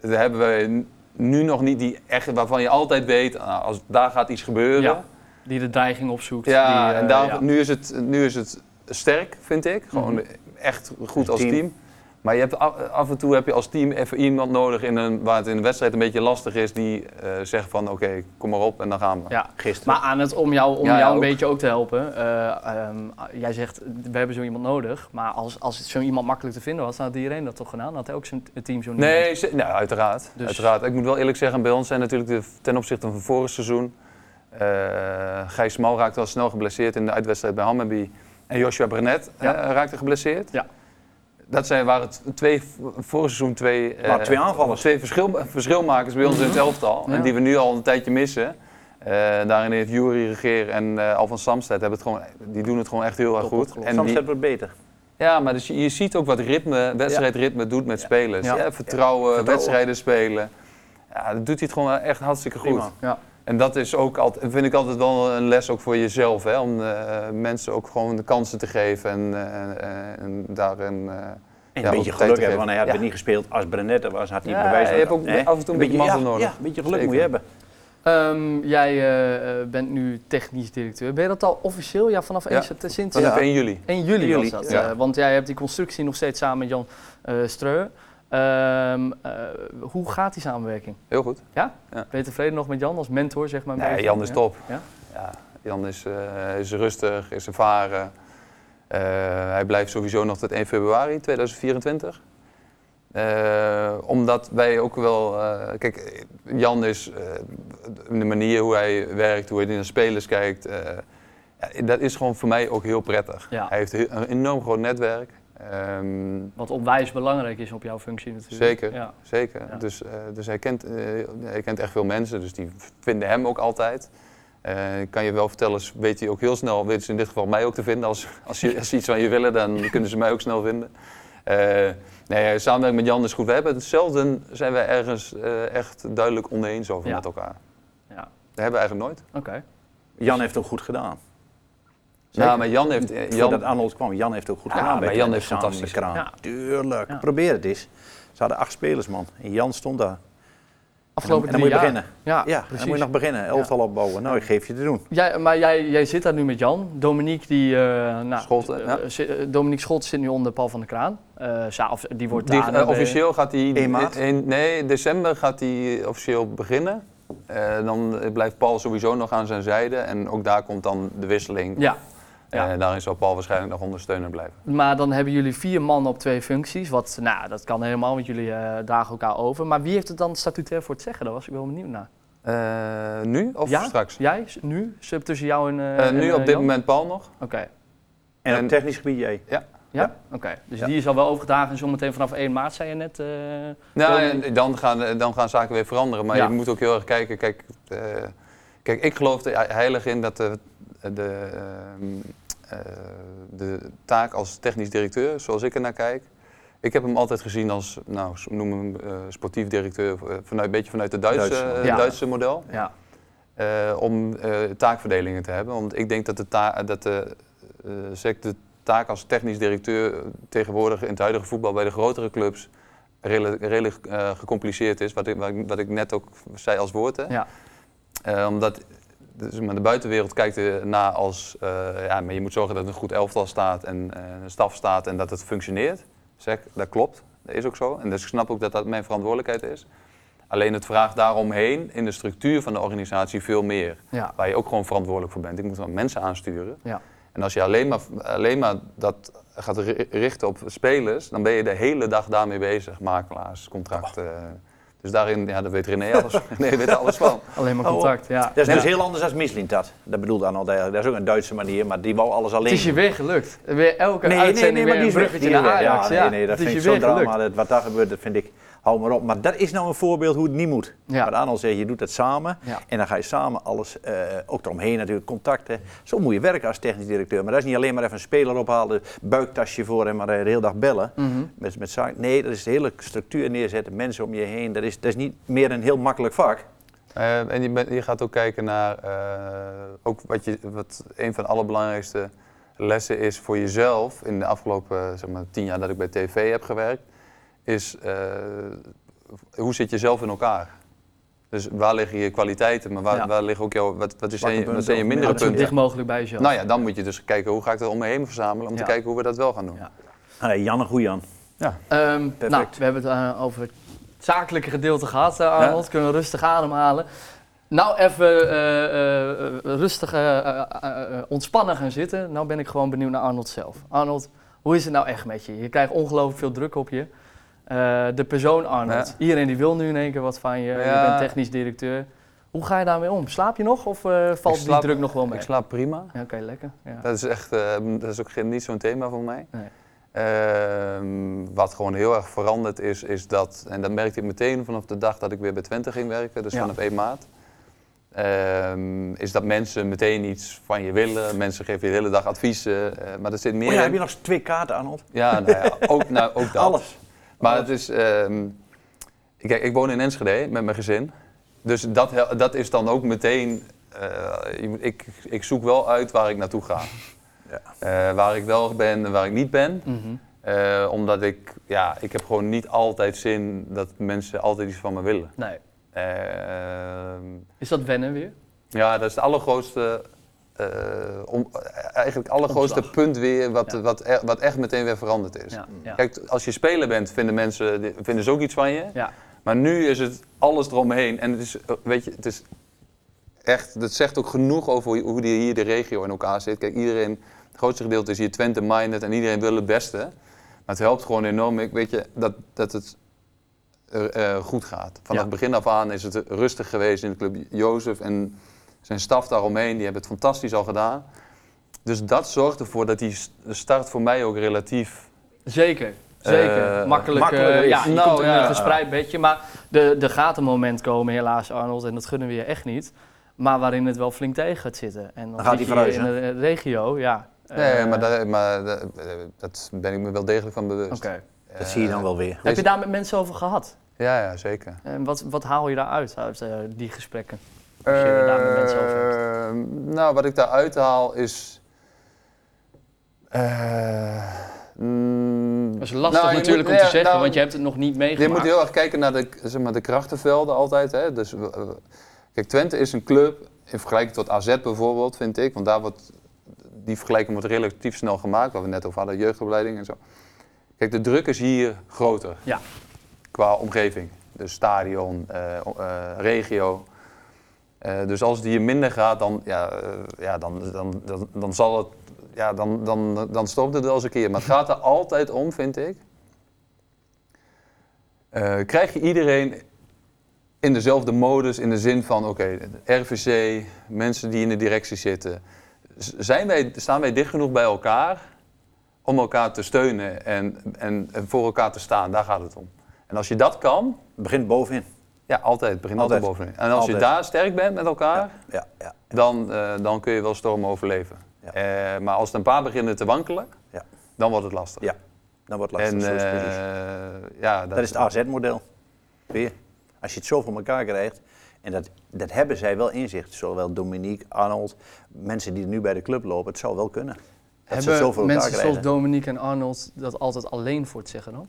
S3: daar hebben we nu nog niet die echt, waarvan je altijd weet, ah, als daar gaat iets gebeuren.
S1: Ja. Die de dreiging opzoekt.
S3: Ja,
S1: die, eh,
S3: en daarom,
S1: ja. Mhm.
S3: Nu, is het, nu is het sterk, vind ik. Gewoon echt goed als
S2: team.
S3: team. Maar je hebt af, af en toe heb je als team even iemand nodig in een, waar het in de wedstrijd een beetje lastig is. Die eh, zegt van oké, kom maar op en dan gaan we.
S1: Ja.
S2: Gisteren.
S1: Maar aan het, om jou, om
S3: Ja, ja,
S1: jou een
S3: ook.
S1: beetje ook te helpen. eh, ehm, jij zegt, we hebben zo iemand nodig. Maar als, als zo iemand makkelijk te vinden was, dan had iedereen dat toch gedaan? Dan had hij ook zijn t- team zo niet.
S3: Nee, ze- nou, uiteraard,
S1: Dus-
S3: uiteraard. Ik moet wel eerlijk zeggen, bij ons zijn natuurlijk de, ten opzichte van vorig seizoen. eh Gijs Mal raakte al snel geblesseerd in de uitwedstrijd bij Hammerby. En Joshua Brenet
S1: Ja.
S3: eh, raakte geblesseerd.
S1: Ja.
S3: Dat zijn, waren t- twee, vorig seizoen twee, eh,
S2: Nou, twee aanvallers.
S3: twee verschil, verschilmakers bij ons in het elftal.
S1: Mhm. Ja.
S3: En die we nu al een tijdje missen. Eh, daarin heeft Jury Regeer en eh Alvan Samsted hebben het gewoon, die doen het gewoon echt heel erg
S1: Top
S3: goed.
S1: opgelost.
S3: En
S2: Soms
S3: die-
S2: hebben we het beter.
S3: ja, maar dus je, je ziet ook wat ritme, wedstrijdritme doet met spelers.
S1: Ja.
S3: Ja. vertrouwen,
S2: Vertrouwen.
S3: wedstrijden spelen. Ja, dat doet hij het gewoon echt hartstikke goed.
S2: Prima.
S1: Ja.
S3: En dat is ook altijd, vind ik altijd wel een les ook voor jezelf. Hè? Om eh, mensen ook gewoon de kansen te geven en, eh, eh, en daarin... eh,
S2: En
S3: Ja,
S2: een
S3: ook
S2: beetje
S3: tijd
S2: geluk
S3: te
S2: hebben,
S3: geven.
S2: want hij had
S3: Ja.
S2: het niet gespeeld als Brenet er was. Had hij
S3: Ja,
S2: bewijs
S3: je hebt ook
S2: nodig. Nee.
S3: af en toe een beetje mazzel
S2: ja,
S3: nodig.
S2: Ja, een beetje geluk
S3: Zeker.
S2: moet je hebben.
S1: Ehm, jij eh, eh, bent nu technisch directeur. Ben je dat al officieel? Ja, vanaf 1,
S3: Ja.
S1: sept- sinds
S3: vanaf
S2: Ja.
S3: 1 juli.
S1: 1 juli, was
S2: Juli,
S1: dat.
S3: ja.
S1: eh, want jij hebt die constructie nog steeds samen met Jan eh Streu. Ehm, eh, hoe gaat die samenwerking?
S3: Heel goed.
S1: Ben je tevreden nog met Jan als mentor, zeg maar? bij
S3: Nee,
S1: je?
S3: Jan is
S1: Ja?
S3: top.
S1: Ja?
S3: Ja, Jan is, eh, is rustig, is ervaren. Eh, hij blijft sowieso nog tot 1 februari 2024. Eh, omdat wij ook wel. eh, kijk, Jan is. eh, de manier hoe hij werkt, hoe hij naar spelers kijkt. eh, ja, dat is gewoon voor mij ook heel prettig.
S1: Ja.
S3: Hij heeft heel- een enorm groot netwerk. Ehm,
S1: Wat onwijs belangrijk is op jouw functie natuurlijk.
S3: Zeker.
S1: Ja.
S3: Zeker.
S1: Ja.
S3: Dus, eh, dus hij, kent, eh, hij kent echt veel mensen, dus die vinden hem ook altijd. Eh, ik kan je wel vertellen, s- weet hij ook heel snel, weet ze in dit geval mij ook te vinden. Als, als, je, als ze iets van je willen, dan kunnen ze mij ook snel vinden. Eh nee, samenwerking met Jan is goed. We hebben hetzelfde, zijn we ergens eh, echt duidelijk oneens over
S1: Ja.
S3: met elkaar.
S1: Ja.
S3: Dat hebben we eigenlijk nooit.
S1: Oké.
S2: Jan heeft ook goed gedaan.
S1: Zeker.
S3: Ja, maar Jan heeft... eh, Jan,
S2: Voordat Arnold kwam, Jan heeft ook goed
S3: Ja,
S2: gedaan.
S3: maar
S2: bij
S3: Jan
S2: de-
S3: heeft
S2: samen met
S3: fantastisch
S2: Kraan.
S1: gedaan.
S2: Tuurlijk,
S1: Ja.
S2: probeer het eens. Ze hadden acht spelers, man. En Jan stond daar.
S1: Afgelopen
S2: en dan moet je
S1: drie jaar.
S2: beginnen.
S1: Ja,
S2: ja, dan
S1: precies.
S2: moet je nog beginnen. Elftal opbouwen. Nou, ik geef je te doen.
S1: Jij, maar jij, jij zit daar nu met Jan. Dominique, die, eh nou,
S3: Scholt, hè?
S1: eh,
S3: Ja.
S1: zi- eh, Dominique Schot zit nu onder Paul van der Kraan. Eh, sa- of, die wordt
S3: Die,
S1: daar
S3: eh, officieel gaat hij...
S2: Eén maand?
S3: in- nee, december gaat hij officieel beginnen. Eh, dan blijft Paul sowieso nog aan zijn zijde. En ook daar komt dan de wisseling.
S1: Ja. ja.
S3: Eh, daarin zal Paul waarschijnlijk nog ondersteuner blijven.
S1: Maar dan hebben jullie vier man op twee functies. Wat, nou, dat kan helemaal, want jullie eh, dagen elkaar over. Maar wie heeft het dan statutair voor het zeggen? Daar was ik wel benieuwd naar.
S3: Eh, nu of
S1: Ja?
S3: straks?
S1: Jij, s- nu, sub tussen jou en. eh,
S3: Eh,
S1: en,
S3: nu
S1: eh,
S3: op dit
S1: Jan?
S3: moment Paul nog.
S1: Oké.
S2: En,
S3: En-
S2: op technisch gebied jij.
S1: Ja?
S2: Ja.
S1: Oké. Dus
S2: Ja.
S1: die is al wel overgedragen en zometeen vanaf 1 maart, zei je net. eh,
S3: Nou,
S1: Dominique.
S3: en dan, gaan, dan gaan zaken weer veranderen. Maar
S1: Ja.
S3: je moet ook heel erg kijken. Kijk, eh, kijk ik geloof er heilig in dat de, de, ehm, eh, de taak als technisch directeur, zoals ik er naar kijk. Ik heb hem altijd gezien als, nou, noem hem eh, sportief directeur, eh, vanuit, een beetje vanuit het Duitse,
S2: Duitse.
S3: eh,
S1: Ja.
S3: Duitse model.
S1: ja.
S3: eh, om eh, taakverdelingen te hebben. Want ik denk dat de, ta- dat de eh, zeker de taak als technisch directeur eh, tegenwoordig in het huidige voetbal bij de grotere clubs redelijk, redelijk, eh, gecompliceerd is. Wat ik, wat, ik- wat ik net ook zei als woord. Hè?
S1: Ja.
S3: Eh, omdat dus, maar de buitenwereld kijkt ernaar als, eh, ja, maar je moet zorgen dat er een goed elftal staat en eh, een staf staat en dat het functioneert. Zeg, dat klopt. Dat is ook zo. En dus ik snap ook dat dat mijn verantwoordelijkheid is. Alleen het vraagt daaromheen in de structuur van de organisatie veel meer.
S1: Ja.
S3: Waar je ook gewoon verantwoordelijk voor bent. Ik moet dan mensen aansturen.
S1: Ja.
S3: En als je alleen maar, alleen maar dat gaat ri- richten op spelers, dan ben je de hele dag daarmee bezig. Makelaars, contracten. Dus daarin, ja, daar weet René alles, René weet er alles van.
S1: Alleen maar
S2: Oh,
S1: contact, ja.
S2: Dat is dus heel anders dan Mislintat. Dat bedoelt Arnold eigenlijk. Dat is ook een Duitse manier, maar die wou alles alleen.
S1: Het is je weer gelukt. Weer elke
S2: nee, nee,
S1: uitzending
S2: nee,
S1: weer
S2: maar die
S1: een
S2: is weg.
S1: bruggetje
S2: Die is
S1: naar
S2: weg.
S1: Ajax. Ja,
S2: nee, nee,
S1: het
S2: dat
S1: is
S2: vind ik
S1: je
S2: zo'n
S1: weer
S2: drama.
S1: gelukt.
S2: Dat, wat daar gebeurt, dat vind ik, hou maar op. Maar dat is nou een voorbeeld hoe het niet moet.
S1: Ja.
S2: Wat Arnold zegt, je doet dat samen.
S1: Ja.
S2: En dan ga je samen alles, eh, ook eromheen natuurlijk, contacten. Zo moet je werken als technisch directeur. Maar dat is niet alleen maar even een speler ophalen, buiktasje voor en maar eh, de hele dag bellen.
S1: Mhm.
S2: Met, met zaak. Nee, dat is de hele structuur neerzetten, mensen om je heen. Dat is, dat is niet meer een heel makkelijk vak.
S3: Eh, en je, bent- je gaat ook kijken naar eh, ook wat, je, wat een van de allerbelangrijkste lessen is voor jezelf in de afgelopen zeg maar, tien jaar dat ik bij tv heb gewerkt, is eh, hoe zit je zelf in elkaar? Dus waar liggen je kwaliteiten, maar waar,
S1: Ja.
S3: waar liggen ook jouw, wat, wat, is je,
S2: Zwakte
S3: wat zijn
S2: punten
S3: je
S2: of
S3: mindere
S1: Houd zo
S3: punten?
S1: dicht mogelijk bij jezelf.
S3: Nou ja, dan moet je dus kijken hoe ga ik dat om me heen verzamelen om
S1: Ja.
S3: te kijken hoe we dat wel gaan doen.
S1: Ja.
S2: Ah, Jan en Goejan.
S1: Ehm, nou,
S2: Perfect.
S1: we hebben het eh, over het zakelijke gedeelte gehad, eh, Arnold. Kunnen we rustig ademhalen. Nou even eh, eh, eh, rustig eh, eh, eh, eh, ontspannen gaan zitten. Nou ben ik gewoon benieuwd naar Arnold zelf. Arnold, hoe is het nou echt met je? Je krijgt ongelooflijk veel druk op je. Eh, de persoon Arnold. Iedereen die wil nu in één keer wat van je. Je
S3: Ja.
S1: bent technisch directeur. Hoe ga je daarmee om? Slaap je nog of eh, valt
S3: slaap-
S1: die druk nog wel mee?
S3: Ik slaap prima.
S1: Ja, Oké, lekker. Ja.
S3: Dat is echt, eh, dat is ook geen- niet zo'n thema voor mij.
S1: Nee.
S3: Ehm, wat gewoon heel erg veranderd is, is dat, en dat merkte ik meteen vanaf de dag dat ik weer bij Twente ging werken, dus
S1: Ja.
S3: vanaf 1 maart, ehm, is dat mensen meteen iets van je willen. Mensen geven je de hele dag adviezen, eh, maar er zit meer
S2: Oh ja,
S3: in.
S2: heb je nog twee kaarten, Arnold?
S3: Ja, nou ja, ook, nou, ook dat.
S2: Alles.
S3: Maar het is. ehm, kijk, ik woon in Enschede met mijn gezin. Dus dat, hel- dat is dan ook meteen. eh, je moet- ik, ik zoek wel uit waar ik naartoe ga.
S2: Ja.
S3: Eh, waar ik wel ben en waar ik niet ben.
S1: Mhm.
S3: Eh, omdat ik, ja, ik heb gewoon niet altijd zin dat mensen altijd iets van me willen.
S1: Nee.
S3: Ehm,
S1: Is dat wennen weer?
S3: ja, dat is het allergrootste, eh, om, eh, eigenlijk het allergrootste
S1: Omslag.
S3: punt weer wat,
S1: Ja.
S3: wat, e- wat echt meteen weer veranderd is.
S1: Ja. Ja.
S3: Kijk, t- als je speler bent, vinden mensen die- vinden ze ook iets van je.
S1: Ja.
S3: Maar nu is het alles eromheen. En het is, eh, weet je, het is echt, dat zegt ook genoeg over hoe- hoe die hier de regio in elkaar zit. Kijk, iedereen, het grootste gedeelte is hier Twente-minded en iedereen wil het beste. Maar het helpt gewoon enorm, ik- weet je, dat, dat het eh, eh, goed gaat. Vanaf
S1: Ja.
S3: begin af aan is het rustig geweest in de club. Jozef en zijn staf daaromheen, die hebben het fantastisch al gedaan. Dus dat zorgt ervoor dat die s- start voor mij ook relatief
S1: Zeker, zeker.
S3: Eh,
S1: makkelijk,
S2: makkelijker
S1: eh, ja,
S2: is.
S1: je
S3: Nou,
S1: komt in
S3: ja.
S1: een gespreid bedje. Maar de- er gaat een moment komen, helaas Arnold, en dat gunnen we je echt niet. Maar waarin het wel flink tegen gaat zitten. En dan,
S2: Dan gaat
S1: zit
S2: hij
S1: je hier in
S2: verhuizen.
S1: de regio, ja.
S3: Nee,
S1: Eh,
S3: maar, daar, maar daar- eh, dat ben ik me wel degelijk van bewust.
S1: oké.
S3: Eh,
S2: Dat zie je dan wel weer.
S1: Heb je daar met mensen over gehad?
S3: Ja, ja zeker.
S1: En wat, wat haal je daaruit, uit eh, die gesprekken? Als je er daar met mensen over hebt.
S3: Eh, nou, wat ik daaruit haal is... eh, mm,
S1: Dat is lastig
S3: nou, je
S1: natuurlijk
S3: moet-
S1: om te
S3: ja,
S1: zeggen,
S3: nou,
S1: want je hebt het nog niet
S3: Je
S1: meegemaakt.
S3: moet heel erg kijken naar de, zeg maar, de krachtenvelden altijd. Hè? Dus, eh, kijk, Twente is een club, in vergelijking tot AZ bijvoorbeeld, vind ik. Want daar wordt, die vergelijking wordt relatief snel gemaakt, waar we het net over hadden, jeugdopleiding en zo. Kijk, de druk is hier groter.
S1: Ja.
S3: Qua omgeving. Dus stadion, eh, o- eh, regio. Eh, dus als die hier minder gaat, dan, ja, eh, ja, dan, dan, dan, dan zal het... Ja, dan, dan, dan stopt het wel eens een keer. Maar het gaat er altijd om, vind ik. Eh, krijg je iedereen in dezelfde modus, in de zin van, oké, RVC, mensen die in de directie zitten. Z- Zijn wij, staan wij dicht genoeg bij elkaar om elkaar te steunen en, en, en voor elkaar te staan? Daar gaat het om. En als je dat kan,
S2: Het begint bovenin.
S3: ja, altijd, begin altijd,
S2: Altijd.
S3: bovenin. En als
S2: Altijd.
S3: je daar sterk bent met elkaar,
S2: Ja, ja.
S3: dan, eh, dan kun je wel stormen overleven.
S2: Ja.
S3: Eh, maar als er een paar beginnen te wankelen,
S2: Ja.
S3: dan wordt het lastig.
S2: Ja, dan wordt het
S3: En
S2: lastig. zo is het precies.
S3: eh, ja,
S2: dat is het AZ-model. Weer. Als je het zo voor elkaar krijgt, en dat, dat hebben zij wel inzicht, zowel Dominique, Arnold, mensen die nu bij de club lopen, het zou wel kunnen. het zo voor
S1: Hebben
S2: elkaar
S1: mensen zoals
S2: krijgen.
S1: Dominique en Arnold dat altijd alleen voor het zeggen dan?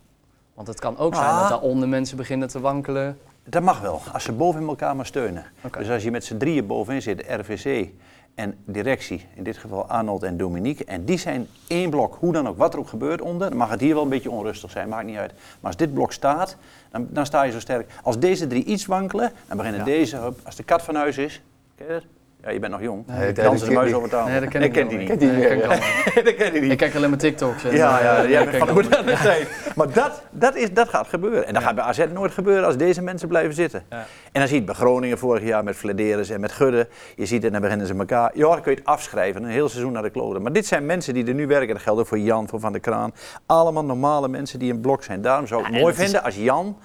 S1: Want het kan ook zijn
S2: Ah.
S1: dat daaronder mensen beginnen te wankelen.
S2: Dat mag wel, als ze bovenin elkaar maar steunen.
S1: Oké.
S2: Dus als je met z'n drieën bovenin zit, RVC en directie, in dit geval Arnold en Dominique, en die zijn één blok, hoe dan ook, wat er ook gebeurt onder, dan mag het hier wel een beetje onrustig zijn, maakt niet uit. Maar als dit blok staat, dan, dan sta je zo sterk. Als deze drie iets wankelen, dan beginnen
S3: Ja.
S2: deze, hup, als de kat van huis is, ken je dat? Ja, je bent nog jong.
S3: Nee, dat
S2: Dansen
S3: ken
S2: de
S3: ik
S2: muis
S3: niet.
S2: over tafel.
S1: Nee, dat ken ik
S2: kent
S1: wel
S2: hij
S1: niet.
S2: niet.
S1: Nee,
S3: Ken
S1: dat
S3: die
S1: ken ik wel niet.
S3: niet,
S2: dat kent hij niet.
S1: Ik kijk alleen maar TikToks. en,
S2: Ja,
S1: eh,
S2: ja, jij
S1: dat ken
S2: bent
S1: ik
S2: van
S1: wel.
S2: de moderne tijd. Maar dat, dat, is, dat gaat gebeuren. En dat gaat bij AZ nooit gebeuren als deze mensen blijven zitten.
S1: Ja.
S2: En dan zie je het bij Groningen vorig jaar met Flederis en met Gudde. Je ziet het en dan beginnen ze elkaar. Ja, dan kun je het afschrijven. Een heel seizoen naar de kloten. Maar dit zijn mensen die er nu werken. Dat geldt ook voor Jan, voor Van der Kraan. Allemaal normale mensen die een blok zijn. Daarom zou ik
S1: Ja, en
S2: het mooi
S1: het is-
S2: vinden als Jan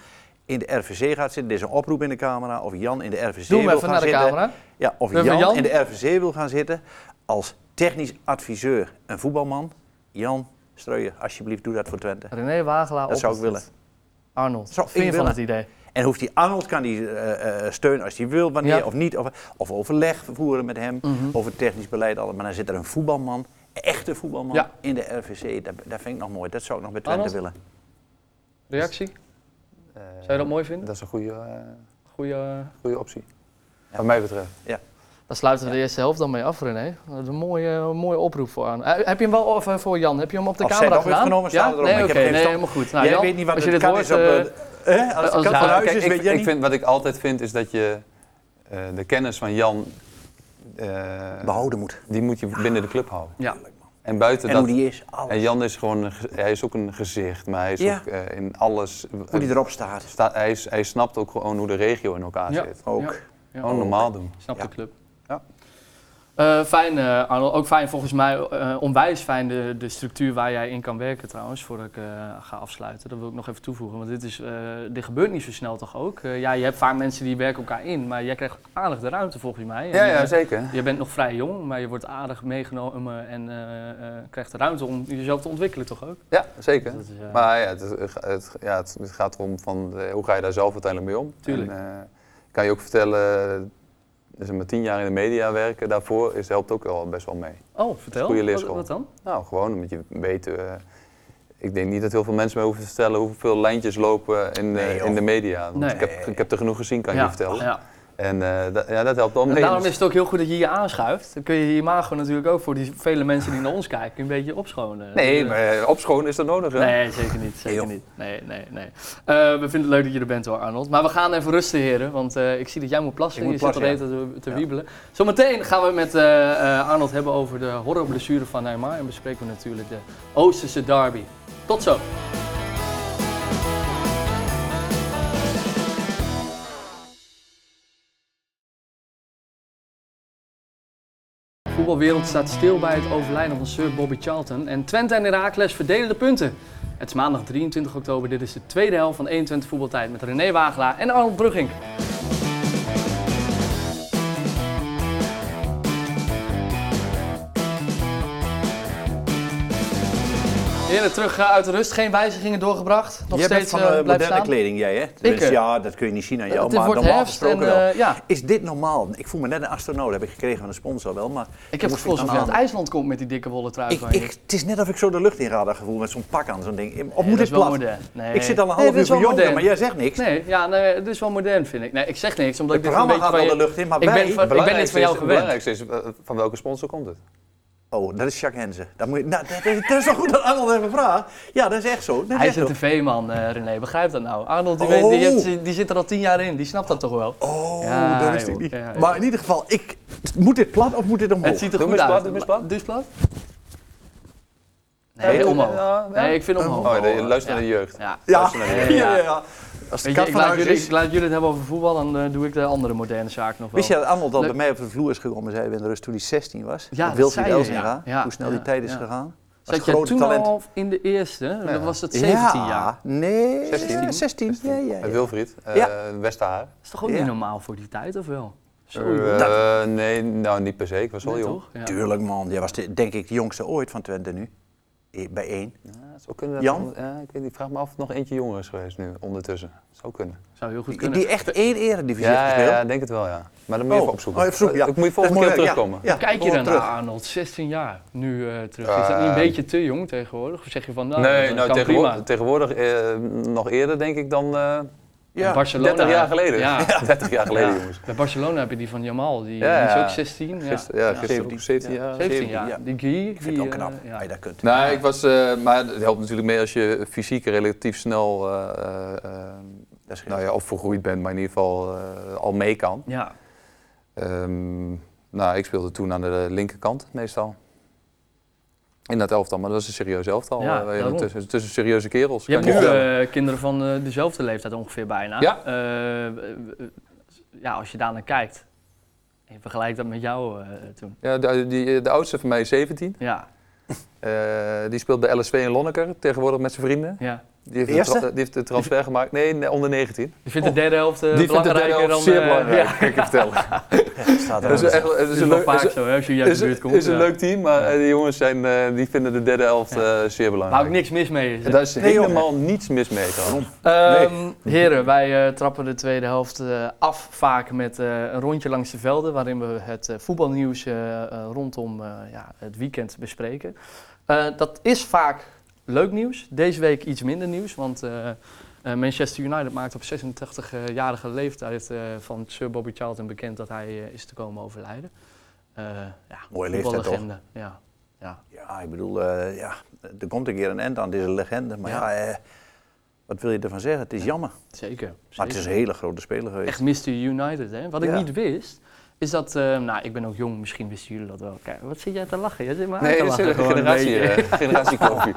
S2: in de RVC gaat zitten. Er is een oproep in de camera. Of Jan in de RVC
S1: Doe hem
S2: wil
S1: even
S2: gaan
S1: naar de
S2: zitten.
S1: camera.
S2: Ja, of
S1: Even
S2: Jan,
S1: Jan.
S2: in de RVC wil gaan zitten als technisch adviseur en voetbalman. Jan Streuer, alsjeblieft doe dat voor Twente.
S1: René Wagelaar.
S2: Dat zou ik
S1: Opperveld. Arnold.
S2: Zou
S1: Wat vind
S2: ik
S1: je van het
S2: willen.
S1: idee?
S2: En hoeft die Arnold kan die eh, eh, steunen als hij wil, wanneer
S1: Ja. Mhm.
S2: of niet. Of, of overleg voeren met hem over technisch beleid. allemaal. Maar dan zit er een voetbalman, een echte voetbalman
S1: Ja.
S2: in de RVC. Dat, dat vind ik nog mooi. Dat zou ik nog bij Twente
S1: Arnold?
S2: willen.
S1: Reactie?
S3: Eh,
S1: Zou je dat mooi vinden?
S3: Dat is een goede, eh,
S1: Goeie, eh,
S3: goede optie. Wat mij betreft.
S1: Daar sluiten we de eerste helft dan mee af, René. Dat is een mooie, een mooie oproep voor aan. Heb je hem wel of, eh, voor Jan? Heb je hem op de
S2: Als zij
S1: camera
S2: dat heeft
S1: gedaan?
S2: genomen, staat
S1: ja?
S2: het erop.
S1: Nee,
S2: Maar ik heb
S1: oké,
S2: geen
S1: nee,
S2: stand.
S1: helemaal goed. Nou,
S2: Jij
S1: Jan,
S2: weet niet wat
S1: als
S2: het
S1: je dit
S2: kat
S1: hoort,
S2: is op...
S1: eh,
S2: de- hè? Als de
S1: als-
S2: kat
S1: nou,
S2: van huis
S1: kijk,
S2: is,
S3: ik,
S2: weet jij
S3: ik
S2: niet.
S3: vind wat ik altijd vind is dat je eh, de kennis van Jan, eh,
S2: Behouden moet.
S3: die moet je binnen de club houden.
S2: eh,
S1: ja.
S3: En buiten
S2: En
S3: dat.
S2: hoe die is, alles.
S3: en Jan is gewoon, een ge- hij is ook een gezicht, maar hij is
S2: Ja.
S3: ook eh, in alles.
S2: Hoe die erop staat.
S3: sta- hij, is- hij snapt ook gewoon hoe de regio in elkaar
S1: Ja. Oh.
S3: zit.
S2: Ook.
S1: Ja. Ja.
S3: Gewoon normaal doen.
S1: Snap
S2: Ja.
S1: de club.
S3: Ja.
S1: Eh, fijn, eh, Arnold. Ook fijn volgens mij, eh, onwijs fijn de, de structuur waar jij in kan werken trouwens, voordat ik eh, ga afsluiten. Dat wil ik nog even toevoegen, want dit, is, eh, dit gebeurt niet zo snel toch ook? Eh, ja, je hebt vaak mensen die werken elkaar in, maar jij krijgt aardig de ruimte volgens mij.
S3: Ja,
S1: En,
S3: ja,
S1: eh,
S3: zeker.
S1: je bent nog vrij jong, maar je wordt aardig meegenomen en eh, eh, krijgt de ruimte om jezelf te ontwikkelen toch ook?
S3: Ja, zeker.
S1: Dat is, eh,
S3: Maar ja, het, is- het- ja, het, het gaat erom van eh, hoe ga je daar zelf uiteindelijk mee om.
S1: Tuurlijk.
S3: En, eh, kan je ook vertellen, dus maar tien jaar in de media werken daarvoor is, helpt ook wel best wel mee.
S1: Oh, vertel.
S3: Goede
S1: Wat,
S3: leerschool.
S1: wat dan?
S3: Nou, gewoon omdat je weet. eh, ik denk niet dat heel veel mensen mij hoeven te vertellen hoeveel lijntjes lopen in, de-
S2: Nee, joh.
S3: in de media. Want
S1: Nee.
S3: ik, heb, ik heb er genoeg gezien, kan ik
S1: ja.
S3: je vertellen.
S1: Ja.
S3: En eh, dat- ja, dat helpt wel
S1: En
S3: mee.
S1: daarom is het ook heel goed dat je je aanschuift. Dan kun je je imago natuurlijk ook voor die vele mensen die naar ons kijken een beetje opschonen.
S3: Nee,
S1: Eh,
S3: maar eh, opschonen is dat nodig. Hè?
S1: Nee, zeker niet. Zeker
S2: joh.
S1: niet. Nee, nee, nee. Eh, we vinden het leuk dat je er bent hoor, Arnold. Maar we gaan even rusten, heren. Want eh, ik zie dat jij moet plassen.
S2: Ik moet
S1: je zit al de
S2: plassen,
S1: hele tijd te
S2: Ja.
S1: wiebelen. Zometeen gaan we met eh, eh, Arnold hebben over de horrorblessure van Neymar. En bespreken we natuurlijk de Oosterse derby. Tot zo. De voetbalwereld staat stil bij het overlijden van Sir Bobby Charlton. En Twente en Heracles verdelen de punten. Het is maandag 23 oktober. Dit is de tweede helft van 21 voetbaltijd met René Wagelaar en Arnold Brugging. Heren, terug eh, uit de rust. Geen wijzigingen doorgebracht. Nog
S2: Jij bent
S1: steeds
S2: van
S1: eh,
S2: eh, moderne
S1: blijft staan.
S2: kleding, jij hè? Tenminste,
S1: eh,
S2: ja, dat kun je niet zien aan jou,
S1: het
S2: maar
S1: wordt
S2: normaal
S1: herfst en
S2: gesproken wel.
S1: eh, ja.
S2: Is dit normaal? Ik voel me net een astronaut, heb ik gekregen van de sponsor wel, maar...
S1: Ik heb het
S2: moest
S1: gevoel
S2: dan
S1: alsof je uit
S2: aan.
S1: IJsland komt met die dikke wollen trui
S2: Ik,
S1: van je.
S2: ik, het is net of ik zo de lucht in ga, dat gevoel, met zo'n pak aan, zo'n ding. Of
S1: Nee,
S2: moet
S1: dat
S2: dit
S1: is wel
S2: plat?
S1: modern. Nee.
S2: Ik zit al
S1: Nee,
S2: een half
S1: dit
S2: uur
S1: is wel
S2: verjonger,
S1: modern.
S2: maar jij zegt niks.
S1: Nee, ja, nee, dit is wel modern vind ik. Nee, ik zeg niks, omdat
S2: Het
S1: ik dit een
S2: programma
S1: beetje
S2: gaat
S1: van
S2: wel
S1: je...
S2: de lucht in, maar
S1: ik ben
S2: wij...
S1: van- ik ben dit van jou
S3: Het
S1: gewend.
S3: belangrijkste is eh, van welke sponsor komt het?
S2: Oh, dat is Jacques Hensen. Dat, moet je, nou, dat, dat is wel goed dat Arnold even vraagt. Ja, dat is echt zo. Dat
S1: Hij
S2: echt
S1: is een
S2: zo.
S1: tv-man, eh, René. Begrijp dat nou. Arnold, die,
S2: Oh.
S1: weet, die, heeft- die zit er al tien jaar in. Die snapt dat toch wel?
S2: Oh,
S1: Ja,
S2: dat wist
S1: joh.
S2: ik niet.
S1: Ja, ja.
S2: Maar in ieder geval, ik, moet dit plat of moet dit omhoog?
S1: Het ziet er
S3: Doe
S1: goed
S3: hem eens
S1: uit.
S3: plat, doe hem eens plat.
S1: Doe eens plat.
S3: Ja,
S1: Nee,
S3: doe-
S1: omhoog.
S3: ja, ja.
S1: Nee, ik vind omhoog.
S3: Oh, de- luister
S1: ja.
S3: naar de jeugd.
S1: Ja.
S2: ja.
S3: Luister naar
S2: Ja,
S3: de-
S2: ja, ja. Als de
S1: Weet je,
S2: kat
S1: ik,
S2: van
S1: laat
S2: huis
S1: jullie,
S2: is...
S1: ik laat jullie het hebben over voetbal, dan eh, doe ik de andere moderne zaak nog wel.
S2: Wist je dat Arnold al
S1: Leuk.
S2: bij mij op de vloer is gekomen, zeiden we in de rust, toen hij 16 was?
S1: Ja,
S2: Op
S1: dat
S2: Wilfried
S1: zei je,
S2: Elzinga,
S1: ja. Ja,
S2: hoe snel
S1: ja,
S2: die tijd is
S1: ja.
S2: gegaan. Was
S1: Zat jij
S2: grote
S1: toen
S2: talent.
S1: al in de eerste?
S3: Ja.
S1: Dan was het 17
S2: ja.
S1: jaar.
S2: Nee, 16.
S3: 16.
S2: 16. Ja, ja,
S3: Met
S2: ja.
S3: Wilfried, eh Westhaar.
S1: Dat is toch ook
S2: Ja.
S1: niet normaal voor die tijd, of wel? Zo,
S3: Eh, nee, nou niet per se. Ik was wel
S1: nee,
S3: jong.
S1: toch? Ja.
S2: Tuurlijk man, jij was de- denk ik de jongste ooit van Twente nu. eh, bij één.
S3: Ja, zou kunnen dat
S2: Jan?
S3: Ja, ik weet niet, vraag me af of nog eentje jonger is geweest nu ondertussen. Zou kunnen.
S1: Zou heel goed
S2: Die,
S1: kunnen.
S2: die echt één eredivisie heeft
S3: Ja, ja,
S2: gespeeld.
S3: ja, denk het wel, ja. Maar dan moet je
S2: Oh,
S3: even opzoeken.
S2: oh, even zoeken, ja.
S3: Dat moet je
S2: Dat is
S3: volgende keer op
S2: mooi, ja.
S3: terugkomen.
S2: Ja,
S1: Kijk je
S2: kom
S1: dan
S2: terug.
S1: naar Arnold, 16 jaar nu eh, terug. Is dat niet een
S3: Eh.
S1: beetje te jong tegenwoordig? Of zeg je van nou,
S3: Nee,
S1: dat
S3: nou,
S1: kan
S3: tegenwoordig,
S1: prima.
S3: tegenwoordig eh, nog eerder denk ik dan eh
S2: Ja.
S1: Barcelona.
S3: 30 jaar geleden.
S1: Ja.
S3: 30 jaar geleden,
S1: Ja.
S3: jongens.
S1: Bij Barcelona heb je die van Jamal, die,
S3: Ja,
S1: die is
S3: ja.
S1: ook 16. Ja.
S3: Gisteren, ja,
S2: Ja,
S3: gisteren ook
S2: 17.
S3: 17 jaar.
S1: 17 jaar.
S2: ja.
S1: Die Guy.
S2: Ik vind
S1: die,
S2: het ook
S1: eh,
S2: knap
S1: ja.
S2: dat je dat kunt.
S3: Nou, ik was, eh, maar het helpt natuurlijk mee als je fysiek relatief snel, eh, eh, eh,
S2: Dat scheelt.
S3: nou ja, of vergroeid bent, maar in ieder geval eh, al mee kan.
S1: Ja.
S3: Ehm, nou, ik speelde toen aan de linkerkant meestal. In dat elftal, maar dat is een serieus elftal.
S1: Ja,
S3: eh, waar je
S1: daarom.
S3: tussen, tussen serieuze kerels.
S1: Je hebt
S3: kan
S1: nu
S3: ik vertellen.
S1: eh, kinderen van eh, dezelfde leeftijd ongeveer bijna.
S3: Ja.
S1: Eh, eh, eh, ja, als je daar naar kijkt. En vergelijk dat met jou eh, toen.
S3: ja, de, die, eh, de oudste van mij is 17.
S1: Ja,
S3: Eh, die speelt bij LSV in Lonneker, tegenwoordig met zijn vrienden.
S1: ja.
S3: Die heeft,
S2: De
S3: een,
S2: eerste?
S3: tra- die heeft de transfer gemaakt. Nee, nee, onder 19.
S1: Je vindt de derde helft eh,
S3: Oh, die vindt de derde
S1: belangrijker
S3: helft
S1: dan...
S3: zeer
S1: eh,
S3: belangrijk,
S1: ja.
S3: kan ik je vertellen.
S2: Staat er ook
S3: Dat is
S2: in.
S3: echt dat
S1: Het
S3: is
S1: is
S3: een
S1: wel
S3: leuk-
S1: vaak
S3: is-
S1: zo, hè, als je uit
S3: is,
S1: de buurt komt.
S3: is een
S1: ja.
S3: leuk team, maar
S1: Ja.
S3: eh, die jongens zijn, eh, die vinden de derde helft eh, zeer
S1: Waar ook
S3: belangrijk.
S1: niks mis mee is. hè?
S3: Daar is
S2: Nee, joh.
S3: helemaal niets mis mee. trouwens.
S1: Ehm, Heren, wij eh, trappen de tweede helft eh, af vaak met eh, een rondje langs de velden... waarin we het eh, voetbalnieuws eh, eh, rondom eh, ja, het weekend bespreken. Eh, dat is vaak leuk nieuws. Deze week iets minder nieuws, want eh, eh, Manchester United maakt op 86-jarige leeftijd... eh, van Sir Bobby Charlton bekend dat hij eh, is te komen overlijden. Eh, ja,
S2: Mooie leeftijd, toch?
S1: voetballegende, Ja.
S2: Ja, ik bedoel, eh, ja, er komt een keer een end aan deze legende. Maar
S1: Ja.
S2: ja, eh, wat wil je ervan zeggen? Het is jammer.
S1: Zeker.
S2: Maar het is een hele grote speler geweest.
S1: Echt Mr. United, hè? Wat ik
S2: Ja.
S1: niet wist, is dat... eh, nou, ik ben ook jong, misschien wisten jullie dat wel. Kijk, wat zit jij te lachen? Jij zit maar aan
S3: Nee,
S1: te
S3: dat is
S1: lachen.
S3: een
S1: gewoon een
S3: generatie,
S1: beetje.
S3: eh, generatie koffie.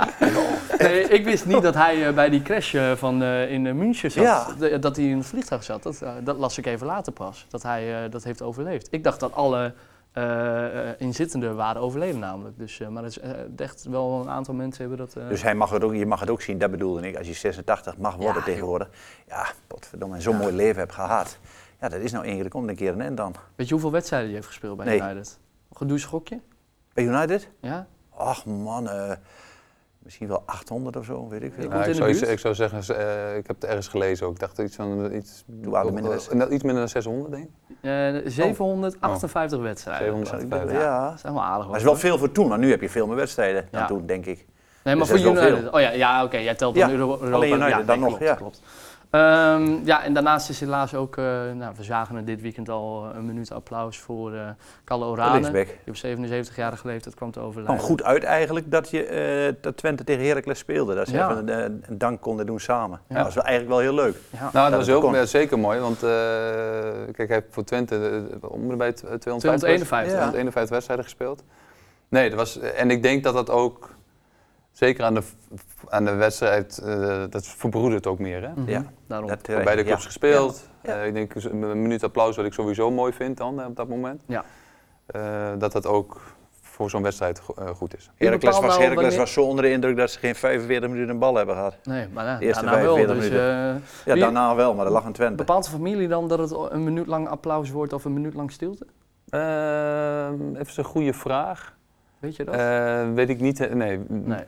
S1: nee, ik wist niet dat hij eh, bij die crash eh, van, eh, in eh, München zat.
S2: Ja.
S1: De- eh, dat hij in het vliegtuig zat. Dat, eh, dat las ik even later pas. Dat hij eh, dat heeft overleefd. Ik dacht dat alle eh, eh, inzittenden waren overleden namelijk. Dus, eh, maar het is eh, echt wel een aantal mensen hebben dat... eh,
S2: Dus hij mag het ook, je mag het ook zien, dat bedoelde ik. Als je 86 mag worden
S1: Ja,
S2: tegenwoordig. Ja, potverdomme, en zo'n mooi leven hebt gehad. Ja, dat is nou één keer, er komt een keer een end aan.
S1: Weet je hoeveel wedstrijden hij heeft gespeeld bij
S2: Nee.
S1: United? Gedoe schokje?
S2: Bij United?
S1: Ja?
S2: Ach man, eh, misschien wel 800 of zo, weet ik veel.
S1: Ja. Komt
S3: Nou,
S1: in
S3: ik,
S1: de
S3: zou,
S1: buurt?
S3: ik zou zeggen, ze- eh, ik heb het ergens gelezen ook. Ik dacht iets van eh, iets,
S2: Hoe oud de minder is.
S3: eh, nou, iets minder dan 600, denk ik.
S1: Eh 758 wedstrijden.
S3: 758.
S1: Ja.
S2: Ja.
S1: Dat is helemaal aardig.
S2: Maar het is
S1: hoor.
S2: wel veel voor toen, maar nu heb je veel meer wedstrijden
S1: Ja.
S2: dan toen, denk ik.
S1: Nee, maar
S2: dus
S1: voor
S2: dat is wel
S1: United. Oh ja, ja oké, jij telt dan
S2: Ja,
S1: Euro- Europa.
S2: alleen United,
S1: ja,
S2: dan
S1: nee,
S2: nog,
S1: Klopt,
S2: ja.
S1: klopt. Ehm, ja, en daarnaast is helaas ook, eh, nou, we zagen het dit weekend al eh, een minuut applaus voor eh Kalle Orane. Die
S2: Linksback.
S1: op 77-jarige leeftijd kwam te overlijden.
S2: kwam goed uit eigenlijk dat, je, eh, dat Twente tegen Heracles speelde. Dat ze
S1: Ja.
S2: even eh, een dank konden doen samen.
S1: Ja.
S2: Dat was wel eigenlijk wel heel leuk.
S1: Ja.
S3: Nou,
S2: dat
S3: dat was
S2: het
S3: heel,
S2: kon.
S3: ja, zeker mooi, want eh, kijk, hij heeft voor Twente eh, om en bij tw- eh, 250 wedstrijden-
S1: 251.
S2: Ja.
S3: 251 wedstrijden gespeeld. Nee, dat was, eh, en ik denk dat dat ook, zeker aan de, v- aan de wedstrijd, eh, dat verbroedert ook meer. Hè?
S1: Mhm,
S2: Nou, Ja.
S1: daarom.
S2: Dat,
S3: Bij
S2: eh,
S3: Beide
S2: ja.
S3: clubs gespeeld.
S2: Ja.
S3: Eh, ik denk z- een minuut applaus, wat ik sowieso mooi vind dan eh, op dat moment.
S1: Ja.
S3: Eh, dat dat ook voor zo'n wedstrijd go- eh, goed is.
S1: Wie
S2: Heracles,
S1: bepaalt
S2: was,
S1: nou
S2: Heracles
S1: wanneer-
S2: was zo onder de indruk dat ze geen 45 minuten een bal hebben gehad.
S1: Nee, maar
S2: De
S1: ja,
S2: eerste
S1: daarna wel.
S2: 45
S1: Dus, eh,
S2: Ja,
S1: Wie-
S2: daarna wel, maar dat lag aan Twente.
S1: bepaalt de familie dan dat het een minuut lang applaus wordt of een minuut lang stilte?
S3: even een goede vraag.
S1: Weet je dat?
S2: Eh,
S3: weet ik niet. eh, Nee,
S1: nee,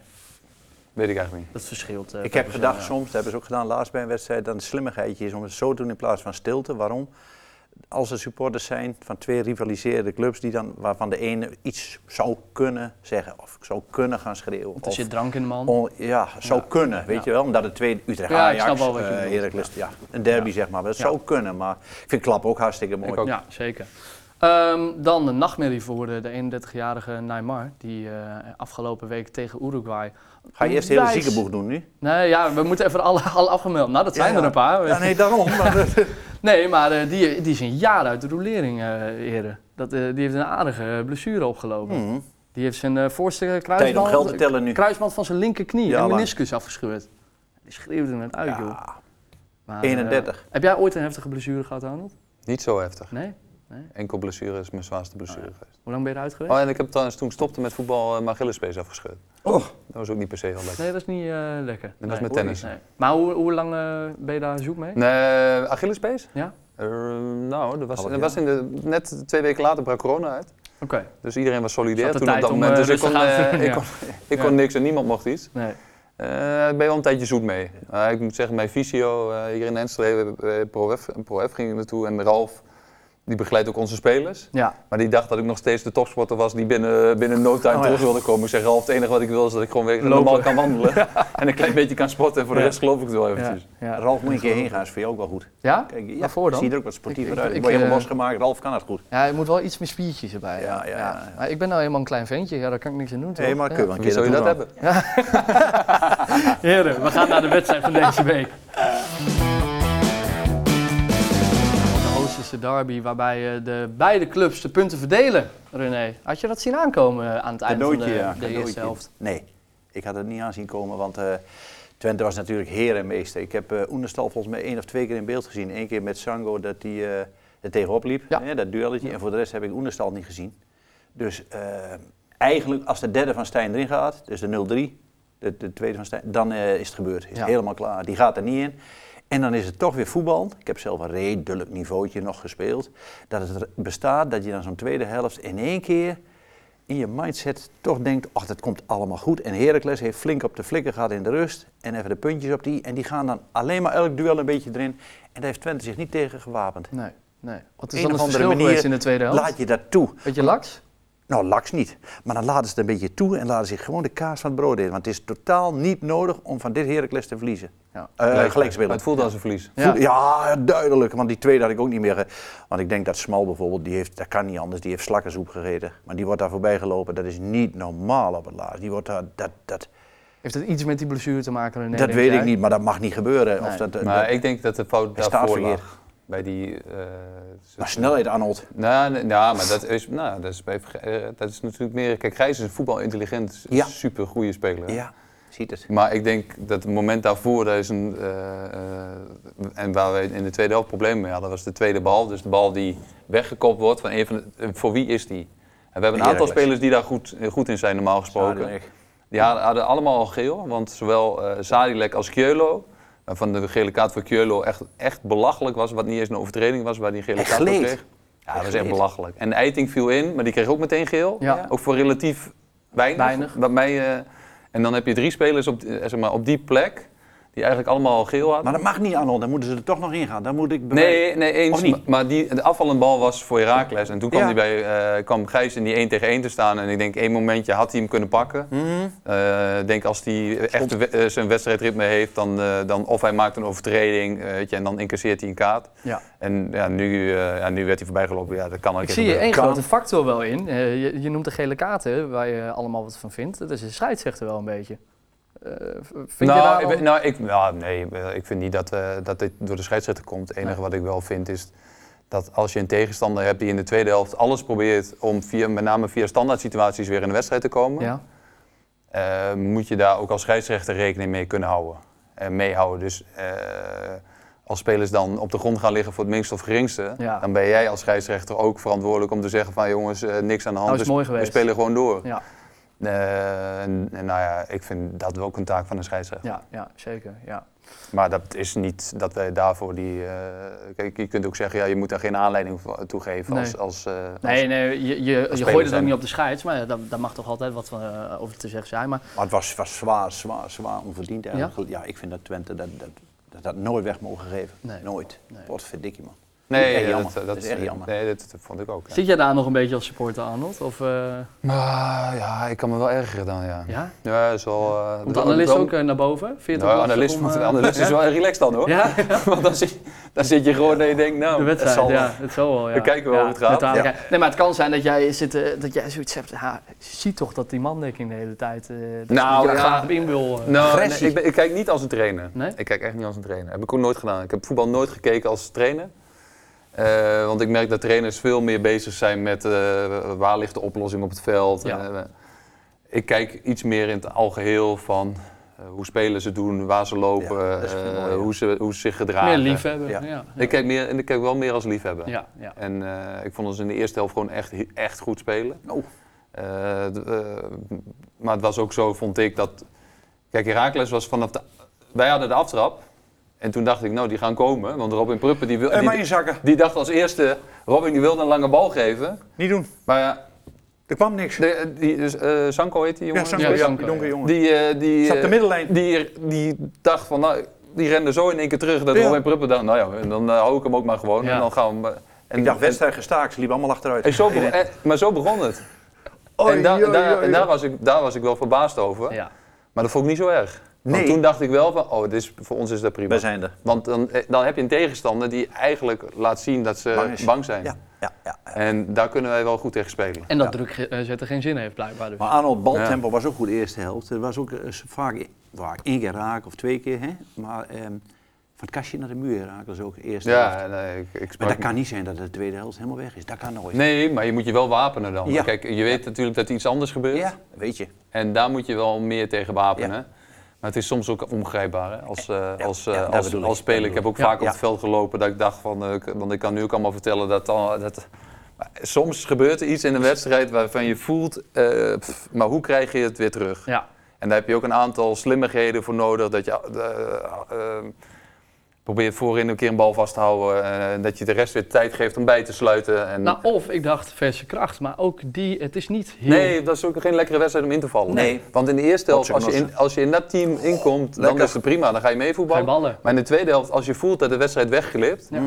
S3: weet ik eigenlijk niet.
S1: dat verschilt. eh,
S2: Ik heb
S1: volgens
S2: gedacht,
S1: jou, ja.
S2: soms, dat hebben ze ook gedaan laatst bij een wedstrijd, dat het slimmigheidje is om het zo te doen in plaats van stilte. Waarom? Als er supporters zijn van twee rivaliserende clubs, die dan, waarvan de ene iets zou kunnen zeggen, of zou kunnen gaan schreeuwen.
S1: Want er
S2: of-
S1: zit drank in de man.
S2: On- ja, zou
S1: Ja.
S2: kunnen, weet
S1: Ja.
S2: je wel. Omdat het twee Utrecht
S1: Ja, ik
S2: Ajax,
S1: snap wel wat je
S2: eh,
S1: bedoelt.
S2: Heracles, ja. een derby zeg maar. Dat zou kunnen, maar ik vind Klap ook hartstikke mooi.
S3: Ik ook.
S1: Ja, zeker. Ehm, dan een nachtmerrie voor eh, de 31-jarige Neymar, die eh, afgelopen week tegen Uruguay...
S2: Ga je eerst de hele
S1: Onwijs-
S2: ziekenboeg doen nu?
S1: Nee, ja, we moeten even alle, alle afgemeld. Nou, dat zijn
S2: Ja,
S1: er
S2: ja.
S1: een paar.
S2: Ja, nee, daarom. Maar, dat-
S1: Nee, maar eh, die, die is een jaar uit de rolering, eh heren. Dat, eh, die heeft een aardige blessure opgelopen.
S2: Mhm.
S1: Die heeft zijn eh, voorste
S2: Tijd om
S1: kruisband,
S2: geld te tellen nu.
S1: kruisband van zijn linkerknie
S2: Ja,
S1: en
S2: lang.
S1: meniscus afgescheurd. Die schreeuwde het uit, joh.
S2: Ja,
S1: Maar, eh,
S2: 31.
S1: heb jij ooit een heftige blessure gehad, Arnold?
S3: Niet zo heftig.
S1: Nee?
S3: Enkel blessure is mijn zwaarste blessure geweest.
S1: Hoe lang ben je eruit geweest?
S3: Oh, en ik heb trouwens toen ik stopte met voetbal eh, mijn Achillespees afgescheurd.
S2: Oh.
S3: Dat was ook niet per se heel lekker.
S1: Nee, dat is niet eh, lekker.
S3: Dat
S1: Nee.
S3: was met tennis.
S1: Nee. Maar hoe, hoe lang eh, ben je daar zoek mee?
S3: Nee, Achillespees?
S1: Ja?
S3: Eh, nou, dat was,
S2: Half
S3: dat
S2: jaar.
S3: was in de, net twee weken later brak corona uit.
S1: Oké.
S3: Dus iedereen was solidair
S1: Zat de
S3: toen op
S1: tijd
S3: dat
S1: om,
S3: moment.
S1: eh,
S3: Dus ik kon,
S1: rustig aan te
S3: eh,
S1: doen,
S3: ik
S1: ja.
S3: kon, ik kon
S1: Ja.
S3: niks en niemand mocht iets.
S1: Nee.
S3: Eh, Daar ben je wel een tijdje zoet mee. Eh, ik moet zeggen, mijn fysio eh, hier in Enschede, eh, ProF Pro F ging ik naartoe en Ralf, die begeleidt ook onze spelers.
S1: Ja.
S3: Maar die dacht dat ik nog steeds de topsporter was die binnen, binnen no time
S2: ja.
S3: terug wilde komen. Ik zeg Ralf, het enige wat ik wil is dat ik gewoon weer
S1: Oh, Lopen.
S3: normaal kan wandelen. en een klein beetje kan sporten en voor de
S1: Ja.
S3: rest geloof ik het wel
S1: Ja.
S3: eventjes.
S1: Ja?
S2: Ralf, moet je een keer heen gaan, is voor jou ook wel goed.
S1: ja?
S2: Kijk, ja,
S1: Waarvoor dan?
S2: Zie je er ook wat sportiever
S1: Ik- ik-
S2: uit. Ik,
S1: ik,
S2: word helemaal
S1: eh,
S2: losgemaakt. Ralf kan het goed.
S4: Ja, je moet wel iets meer spiertjes erbij.
S2: Ja, ja, ja, ja.
S4: Maar ik ben nou helemaal een klein ventje, ja, daar kan ik niks aan doen.
S2: Hé, hey,
S4: toch?
S2: maar
S4: Ja.
S2: kun je wel een
S3: Wie
S2: keer
S3: zou je dat
S2: naartoe
S3: hebben?
S1: Heren, we gaan naar de wedstrijd van deze week. De Oosterse derby waarbij eh, de beide clubs de punten verdelen. René, had je dat zien aankomen eh, aan het einde van de,
S2: Cadeautje, ja,
S1: de eerste
S2: cadeautje.
S1: helft?
S2: Nee, ik had het niet aanzien komen, want eh, Twente was natuurlijk heer en meester. Ik heb eh Oenerstal volgens mij één of twee keer in beeld gezien. Eén keer met Sango dat hij eh, er tegenop liep,
S1: Ja.
S2: hè, dat duelletje. En voor de rest heb ik Oenerstal niet gezien. Dus eh, eigenlijk als de derde van Stijn erin gaat, dus de 0-3, de, de tweede van Stijn, dan eh, is het gebeurd. Is
S4: Ja.
S2: helemaal klaar. Die gaat er niet in. En dan is het toch weer voetbal. Ik heb zelf een redelijk niveautje nog gespeeld. Dat het er bestaat dat je dan zo'n tweede helft in één keer in je mindset toch denkt, ach, dat komt allemaal goed. En Heracles heeft flink op de flikker gehad in de rust. En even de puntjes op die. En die gaan dan alleen maar elk duel een beetje erin. En daar heeft Twente zich niet tegen gewapend.
S4: Nee, nee.
S1: Wat
S2: Op
S1: is
S2: een
S1: dan
S2: of
S1: het
S2: andere
S1: verschil
S2: manier
S1: geweest in de tweede helft?
S2: Laat je dat toe.
S1: Beetje laks?
S2: Nou, laks niet. Maar dan laten ze het een beetje toe en laten zich gewoon de kaas van het brood in. Want het is totaal niet nodig om van dit Heracles te verliezen.
S4: Ja.
S2: Eh,
S3: Lijkt me.
S2: gelijk
S3: Maar
S2: spelen.
S3: Het voelde als een verlies.
S2: Ja. duidelijk. Want die tweede had ik ook niet meer. ge- Want ik denk dat Smal bijvoorbeeld, die heeft, dat kan niet anders, die heeft slakkensoep gegeten. Maar die wordt daar voorbij gelopen. Dat is niet normaal op het laatst. Die wordt daar, dat, dat,
S1: Heeft dat iets met die blessure te maken, René?
S2: dat
S1: denk
S2: weet
S1: jij?
S2: ik niet, maar dat mag niet gebeuren. Of
S1: Nee.
S2: dat, eh, dat-
S3: Maar ik denk dat de fout
S2: Hij staat
S3: daarvoor
S2: verkeerd.
S3: lag. Bij die... eh,
S2: maar snelheid, Arnold.
S3: Nou, nee, nou, maar dat is, nou, dat, is bij, eh, dat is natuurlijk meer... Kijk, Gijs is een voetbalintelligent,
S2: Ja.
S3: super goede speler.
S2: Ja. ziet het.
S3: Maar ik denk dat het moment daarvoor, daar is een, eh, eh, en waar we in de tweede helft problemen mee hadden, was de tweede bal. Dus de bal die weggekopt wordt van een van de- eh, voor wie is die? En we hebben een aantal
S2: Heracles.
S3: spelers die daar goed, eh, goed in zijn, normaal gesproken.
S2: Zadelijk.
S3: Die hadden, hadden allemaal al geel, want zowel eh Zadilek als Keulo, waarvan de gele kaart voor Keulo echt, echt belachelijk was, wat niet eens een overtreding was, waar die gele
S2: Hij
S3: kaart voor
S2: gleed.
S3: kreeg. Ja, dat was echt
S2: gleed.
S3: belachelijk. En Eiting viel in, maar die kreeg ook meteen geel.
S1: Ja.
S3: Ook voor relatief weinig.
S1: Weinig.
S3: Wat mij, eh, en dan heb je drie spelers op, eh, zeg maar, op die plek, die eigenlijk allemaal al geel hadden.
S2: Maar dat mag niet, Arnold. Dan moeten ze er toch nog in gaan. Dan moet ik bewij-
S3: Nee, nee, eens.
S2: Of niet?
S3: ma- Maar die, de afvallende bal was voor Herakles. En toen kwam,
S2: Ja.
S3: die bij, eh, kwam Gijs in die 1 tegen 1 te staan. En ik denk, één momentje had hij hem kunnen pakken. Eh, Ik denk als hij echt de we- eh, zijn wedstrijdritme heeft, dan, eh, dan of hij maakt een overtreding eh, weet je, en dan incasseert hij een kaart.
S1: Ja.
S3: En ja, nu, eh, ja, nu werd hij voorbijgelopen. Ja, dat kan ook
S1: Ik
S3: echt
S1: zie je
S3: gebeuren.
S1: één
S2: Kan.
S1: grote factor wel in. Eh, je, je noemt de gele kaarten, waar je allemaal wat van vindt. Dat is de scheidsrechter wel een beetje. Eh, v- vind je daar
S3: nou,
S1: al-
S3: ik, nou, ik, nou, nee, eh, ik vind niet dat, eh, dat dit door de scheidsrechter komt. Het enige
S1: Nee.
S3: wat ik wel vind is dat als je een tegenstander hebt die in de tweede helft alles probeert om via, met name via standaard situaties weer in de wedstrijd te komen,
S1: Ja,
S3: eh, moet je daar ook als scheidsrechter rekening mee kunnen houden. En meehouden. Dus eh, als spelers dan op de grond gaan liggen voor het minste of geringste,
S1: Ja.
S3: dan ben jij als scheidsrechter ook verantwoordelijk om te zeggen van jongens, eh, niks aan de hand,
S1: Nou, is
S3: dus
S1: mooi
S3: we
S1: geweest.
S3: spelen gewoon door.
S1: ja,
S3: Eh, en, en nou ja, ik vind dat wel ook een taak van een scheidsrechter.
S1: ja, ja zeker. Ja.
S3: Maar dat is niet dat wij daarvoor die. eh, kijk, je kunt ook zeggen, ja, je moet daar geen aanleiding voor- toe geven als.
S1: Nee.
S3: als, eh, als-
S1: Nee, nee, je, je, je
S3: speler
S1: gooit het ook
S3: zijn.
S1: niet op de scheids, maar ja, daar, daar mag toch altijd wat van, eh, over te zeggen zijn. Maar
S2: Maar het was, was zwaar, zwaar, zwaar onverdiend eigenlijk. Ja, ik vind dat Twente dat, dat, dat, dat nooit weg mogen geven.
S1: Nee.
S2: Nooit.
S1: Nee.
S2: Wat verdikkie, man.
S3: Nee,
S2: Echt
S3: ja,
S2: jammer.
S3: dat,
S2: Dat
S3: is
S2: is echt jammer.
S3: Nee, dat, dat vond ik ook. Ja.
S1: zit jij daar nog een beetje als supporter, Arnold? Of, eh,
S3: Maar ja, ik kan me wel erger dan, ja.
S1: ja?
S3: Ja, dat is wel. eh,
S1: Komt de
S3: wel-
S1: analist
S3: wel-
S1: ook eh, naar boven? Vind je
S3: Nou,
S1: het ook
S3: analist,
S1: lastig om,
S3: moet-
S1: eh,
S3: analist is wel relaxed dan hoor.
S1: Ja,
S3: Want dan zit, dan zit je gewoon dat je denkt, nou,
S1: de wedstrijd,
S3: het zal
S1: ja.
S3: wel.
S1: Het zal wel, ja.
S3: We kijken wel
S1: Ja,
S3: hoe het gaat.
S1: uiteindelijk,
S2: Ja.
S1: ja. Nee, maar het kan zijn dat jij, zit, eh, dat jij zoiets hebt, ja, zie toch dat die mandekking de hele tijd, eh dat je
S3: Nou,
S1: daar
S3: ja.
S1: graag op in wil. eh.
S3: Nou, nee,
S2: Agressie.
S3: ik, ben- ik kijk niet als een trainer.
S1: Nee?
S3: Ik kijk echt niet als een trainer. Heb ik ook nooit gedaan. Ik heb voetbal nooit gekeken als trainer. Eh, want ik merk dat trainers veel meer bezig zijn met eh, waar ligt de oplossing op het veld.
S1: Ja.
S3: Eh, ik kijk iets meer in het algeheel van eh, hoe spelen ze doen, waar ze lopen,
S2: Ja, dat is
S3: eh,
S2: veel mooier.
S3: hoe, ze, hoe ze zich gedragen.
S1: Meer liefhebben.
S2: Ja.
S1: Ja. Ja.
S3: Ik kijk, meer, en ik kijk wel meer als liefhebber.
S1: ja, ja.
S3: En eh, ik vond ons in de eerste helft gewoon echt, he- echt goed spelen.
S2: Oh.
S3: Eh, d- eh, maar het was ook zo, vond ik, dat... Kijk, Herakles was vanaf de... Wij hadden de aftrap. En toen dacht ik, nou, die gaan komen. Want Robin Pruppen, die, wil,
S2: En Eh, maar
S3: die,
S2: inzakken.
S3: die dacht als eerste... Robin, die wilde een lange bal geven.
S2: Niet doen.
S3: Maar ja,
S2: Er kwam niks.
S3: De, eh, die, dus, eh, Sanko heet die jongen?
S2: ja, Sanko,
S1: Ja,
S2: ja,
S1: Sanko,
S2: die donkere jongen.
S3: Die, eh, die,
S2: Zat op de
S3: eh,
S2: middenlijn.
S3: die, die dacht van, nou, die rende zo in één keer terug dat
S2: Ja.
S3: Robin Pruppen dacht, nou ja, dan eh, hou ik hem ook maar gewoon.
S1: Ja.
S3: En dan gaan we hem, eh, en,
S2: ik dacht,
S3: en-
S2: wedstrijd gestaakt, ze liepen allemaal achteruit.
S3: en zo begon- en- maar zo begon het. en daar-
S2: Oei, oei,
S3: daar-
S2: oei.
S3: en daar was ik- daar was ik wel verbaasd over.
S1: Ja.
S3: Maar dat vond ik niet zo erg. Want
S2: Nee.
S3: toen dacht ik wel van, oh, dit is, voor ons is dat prima.
S2: We zijn er.
S3: Want dan, eh, dan heb je een tegenstander die eigenlijk laat zien dat ze
S2: Bang is.
S3: zijn.
S2: Ja, ja, ja.
S3: En daar kunnen wij wel goed tegen spelen.
S1: En dat druk ge- eh, zetten geen zin heeft, blijkbaar. Dus.
S2: Maar Arnold, baltempo was ook goed de eerste helft. Er was ook eh, vaak, vaak één keer raak of twee keer. Hè? Maar ehm, van het kastje naar de muur raken ze ook de eerste helft.
S3: Ja, nee, ik, ik
S2: Maar
S3: sprak
S2: dat kan niet zijn dat de tweede helft helemaal weg is. Dat kan nooit.
S3: Nee, maar je moet je wel wapenen dan.
S2: Ja.
S3: Kijk, je weet natuurlijk dat er iets anders gebeurt.
S2: Ja, weet je.
S3: En daar moet je wel meer tegen wapenen.
S2: Ja.
S3: Maar het is soms ook ongrijpbaar hè? Als, eh,
S2: Ja,
S3: als,
S2: ja,
S3: eh,
S2: dat
S3: als,
S2: bedoel ik.
S3: als speler.
S2: Dat
S3: Ik heb
S2: bedoel
S3: ook
S2: ik. Ja,
S3: vaak op
S2: ja.
S3: het veld gelopen dat ik dacht van... eh, ik- want ik kan nu ook allemaal vertellen dat, dan, eh, dat... maar Soms gebeurt er iets in een wedstrijd waarvan je voelt... eh, pff, maar hoe krijg je het weer terug?
S1: Ja.
S3: En daar heb je ook een aantal slimmigheden voor nodig. Dat je eh, eh, probeert voorin een keer een bal vast te houden. eh, En dat je de rest weer tijd geeft om bij te sluiten. En,
S1: Nou, of ik dacht verse kracht, maar ook die, het is niet heel...
S3: Nee, dat is ook geen lekkere wedstrijd om in te vallen.
S2: Nee.
S3: Want in de eerste helft, als je in,
S2: Potseknossen.
S3: als je in dat team inkomt, dan
S2: lekker.
S3: is het prima. Dan ga je mee
S1: Geen
S3: voetballen.
S1: ballen.
S3: Maar in de tweede helft, als je voelt dat de wedstrijd wegglipt,
S1: Ja.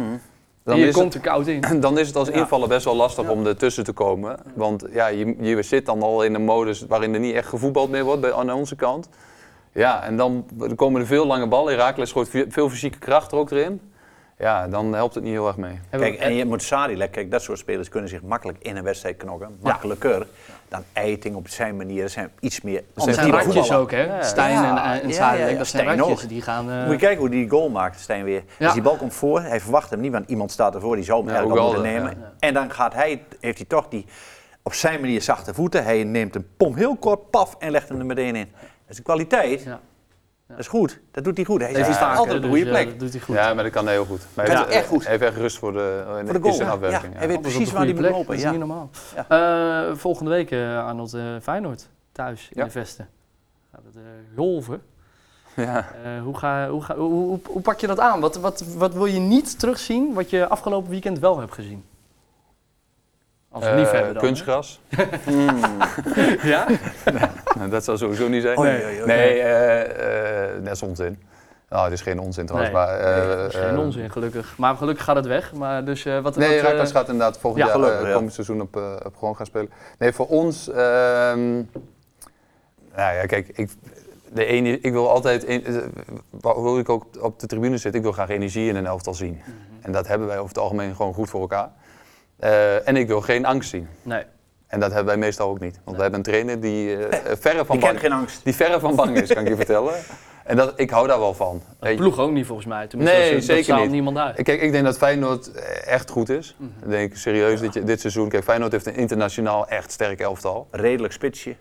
S3: dan,
S1: Hier
S3: is
S1: komt er koud in.
S3: het, dan is het als invaller best wel lastig om ertussen te komen. Want ja, je, je zit dan al in een modus waarin er niet echt gevoetbald meer wordt bij, aan onze kant. Ja, en dan komen er veel lange ballen. Herakles gooit vi- veel fysieke kracht er ook erin. Ja, dan helpt het niet heel erg mee.
S1: Hebben
S2: Kijk,
S1: we-
S2: en je moet Sadilek, kijk, dat soort spelers kunnen zich makkelijk in een wedstrijd knokken. Makkelijker dan Eiting op zijn manier. Dat zijn iets meer
S1: Dat zijn
S2: antieke
S1: ratjes
S2: voetballers.
S1: ook, hè? Stijn
S2: Ja,
S1: en, en
S2: ja,
S1: Sadek,
S2: ja, ja.
S1: dat zijn
S2: Stijn
S1: ratjes.
S2: ook.
S1: Die gaan... eh,
S2: Moet je kijken hoe die goal maakt, Stijn weer.
S1: Ja.
S2: Dus die bal komt voor, hij verwacht hem niet, want iemand staat ervoor, die zou hem
S3: Ja,
S2: eigenlijk al
S3: Ugalde,
S2: moeten nemen. En dan gaat hij, heeft hij toch die, op zijn manier zachte voeten. Hij neemt een pomp heel kort, paf, en legt hem er meteen in. Dat is de kwaliteit.
S1: Ja.
S2: Dat is goed, dat doet hij goed. Hij
S1: dat
S2: is
S1: is vaak,
S2: altijd
S1: hè,
S2: op de
S1: dus,
S2: goede
S1: eh,
S2: plek.
S1: dat doet hij goed.
S3: Ja, maar dat kan heel goed. Maar hij
S2: Kan
S3: heeft,
S2: echt goed.
S3: hij heeft echt rust voor de, eh, in,
S2: Voor de goal.
S3: zijn
S2: Ja,
S3: afwerking.
S2: ja.
S3: ja.
S2: Hij
S1: Alles
S2: weet
S1: op
S2: precies
S1: de
S2: waar
S1: goede
S2: die moet
S1: plek,
S2: lopen.
S1: Dat is
S2: Ja.
S1: niet normaal. Eh, volgende week, eh, Arnold, eh, Feyenoord. Thuis, in
S3: Ja.
S1: de Vesten. Gaat het eh, golven.
S3: Ja.
S1: Eh, hoe, ga, hoe, ga, hoe, hoe, hoe pak je dat aan? Wat, wat, wat wil je niet terugzien wat je afgelopen weekend wel hebt gezien? Als
S3: Eh,
S1: liefhebber dan. hè?
S3: kunstgras.
S1: Ja?
S3: Nou, dat zou sowieso niet zijn.
S2: Oei,
S3: Nee,
S2: oei, oei.
S3: eh, eh, dat is onzin. Nou, het is geen onzin trouwens,
S1: Nee,
S3: maar... eh,
S1: dat is geen
S3: eh,
S1: onzin, gelukkig. Maar gelukkig gaat het weg. Maar dus, eh, wat,
S3: Nee,
S1: wat, eh,
S3: Raakles gaat inderdaad volgend
S1: ja,
S3: jaar, eh,
S2: gelukkig, ja.
S3: komend seizoen op, eh, op gewoon gaan spelen. Nee, voor ons... ehm, nou ja, kijk, ik, de ene, ik wil altijd... een- eh, waar- hoe ik ook op- op de tribune zit, ik wil graag energie in een elftal zien.
S1: Mhm.
S3: En dat hebben wij over het algemeen gewoon goed voor elkaar. Eh, en ik wil geen angst zien.
S1: Nee.
S3: En dat hebben wij meestal ook niet. Want we hebben een trainer die eh, eh, verre van
S2: Die kent
S3: bang
S2: geen angst.
S3: die verre van bang is, kan ik je vertellen. En dat, ik hou daar wel van.
S1: De
S3: Weet je,
S1: ploeg ook niet volgens mij. Tenminste,
S3: Nee,
S1: dat- dat
S3: zeker
S1: straalt
S3: niet.
S1: niemand uit.
S3: Kijk, ik denk dat Feyenoord eh, echt goed is. Ik denk serieus dit, je- dit seizoen. Kijk, Feyenoord heeft een internationaal echt sterk elftal.
S2: Redelijk spitsje.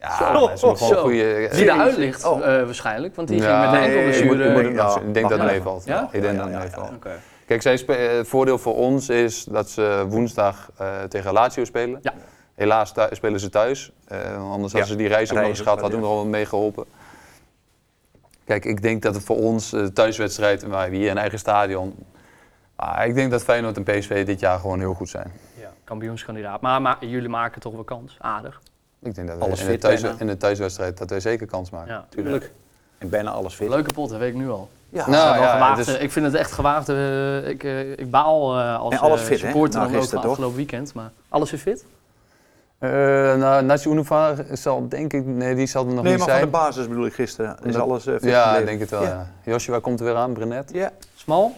S3: Ja,
S2: Zo.
S3: maar ze hebben gewoon
S1: Zo.
S3: goede...
S1: Die eruit ligt eh, waarschijnlijk, want die ging met een
S3: Oh. nee,
S1: enkel
S2: je
S3: ik, moet- ik, moet
S1: blessure.
S3: het wel
S2: Ja.
S3: zien. ik denk dat het
S1: Ja.
S3: meevalt.
S1: Ja?
S3: Ik denk dat
S2: Ja,
S3: het
S2: ja,
S3: meevalt.
S2: ja.
S1: Oké.
S3: Kijk, zij spe- eh, het voordeel voor ons is dat ze woensdag eh, tegen Lazio spelen.
S1: Ja.
S3: Helaas thu- spelen ze thuis. Eh, anders hadden
S2: Ja,
S3: ze die reis ook nog
S2: reis
S3: eens
S2: ook
S3: gehad.
S2: wel,
S3: Hadden we nog wel mee geholpen. Kijk, ik denk dat het voor ons eh, thuiswedstrijd, maar hier in eigen stadion. Ah, ik denk dat Feyenoord en PSV dit jaar gewoon heel goed zijn.
S1: Ja, kampioenskandidaat. Maar, maar jullie maken toch wel kans. Aardig.
S3: Ik denk dat
S2: Alles
S3: we in de,
S2: fit
S3: thuis,
S2: bijna.
S3: in de thuiswedstrijd dat wij zeker kans maken.
S1: Ja.
S2: Tuurlijk. En bijna alles fit.
S1: Leuke pot, dat weet ik nu al.
S2: Ja.
S3: Nou,
S1: Ja, wel
S3: ja,
S1: gewaagd,
S3: het is-
S1: eh, Ik vind het echt gewaagd. eh, ik, eh, ik baal eh, als
S2: En alles
S1: eh,
S2: fit, hè?
S1: supporter dan
S2: Nou,
S1: ook
S2: gisteren,
S1: van
S2: toch?
S1: afgelopen weekend. Maar alles weer fit?
S3: Eh nou, Nacho Unova zal denk ik, nee, die zal er nog
S2: Nee,
S3: niet
S2: maar van de
S3: zijn.
S2: basis bedoel ik gisteren. Is
S3: Omdat-
S2: alles eh, fit
S3: ja,
S2: gebleven.
S3: ik denk het wel. Ja. Joshua komt er weer aan, Brenet.
S2: Ja.
S1: Smal?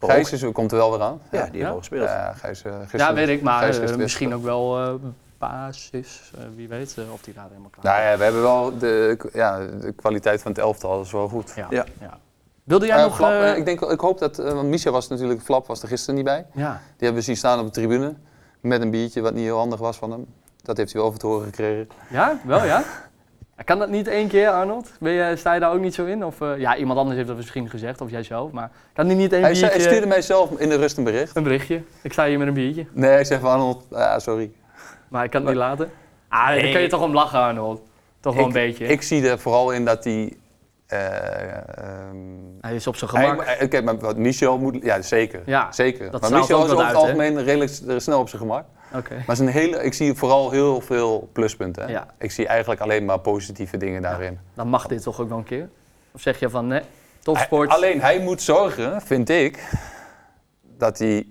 S2: Ook.
S3: Gijs is, komt er wel weer aan.
S2: Ja, die heeft
S1: Ja?
S2: wel gespeeld.
S3: Ja, Gijs, eh, gisteren,
S1: Ja, weet ik. Maar
S3: Gijs
S1: eh,
S3: gisteren
S1: misschien
S3: weer.
S1: ook wel eh, basis. Eh, wie weet eh, of die daar helemaal klaar
S3: Nou ja, we hebben wel de, ja, de kwaliteit van het elftal is wel goed.
S1: is. Ja.
S2: Ja.
S1: ja. Wilde jij
S3: Eh,
S1: nog...
S3: Flap,
S1: eh,
S3: eh, ik, denk, ik hoop dat, eh, want Misha was natuurlijk, Flap was er gisteren niet bij.
S1: ja.
S3: Die hebben we zien staan op de tribune met een biertje wat niet heel handig was van hem. Dat heeft hij wel over te horen gekregen.
S1: ja, wel ja. Kan dat niet één keer, Arnold? Ben je, sta je daar ook niet zo in? Of, eh, ja, iemand anders heeft dat misschien gezegd, of jijzelf. Maar kan die niet één
S3: Hij, zei,
S1: biertje...
S3: hij stuurde mij zelf in de rust een bericht.
S1: Een berichtje. Ik sta hier met een biertje.
S3: Nee, ik zei van Arnold, ah, sorry.
S1: Maar ik kan het niet laten. Ah, daar kun je toch om lachen, Arnold. Toch wel een beetje.
S3: Ik zie er vooral in dat hij... eh, ehm,
S1: hij is op zijn
S3: Hij- eh,
S1: gemak.
S3: maar- Oké, maar wat Michel moet... Ja, zeker.
S1: Ja,
S3: zeker.
S1: dat
S3: maar
S1: straalt
S3: Michel
S1: ook
S3: is
S1: wat
S3: over het
S1: uit, hè?
S3: algemeen redelijk s- eh, snel op zijn gemak.
S1: Oké.
S3: Maar het is een hele, ik zie vooral heel veel pluspunten. hè.
S1: Ja.
S3: Ik zie eigenlijk alleen maar positieve dingen daarin.
S1: Dan mag dit toch ook wel een keer? Of zeg je van nee, topsport.
S3: Hij- alleen hij moet zorgen, vind ik, dat hij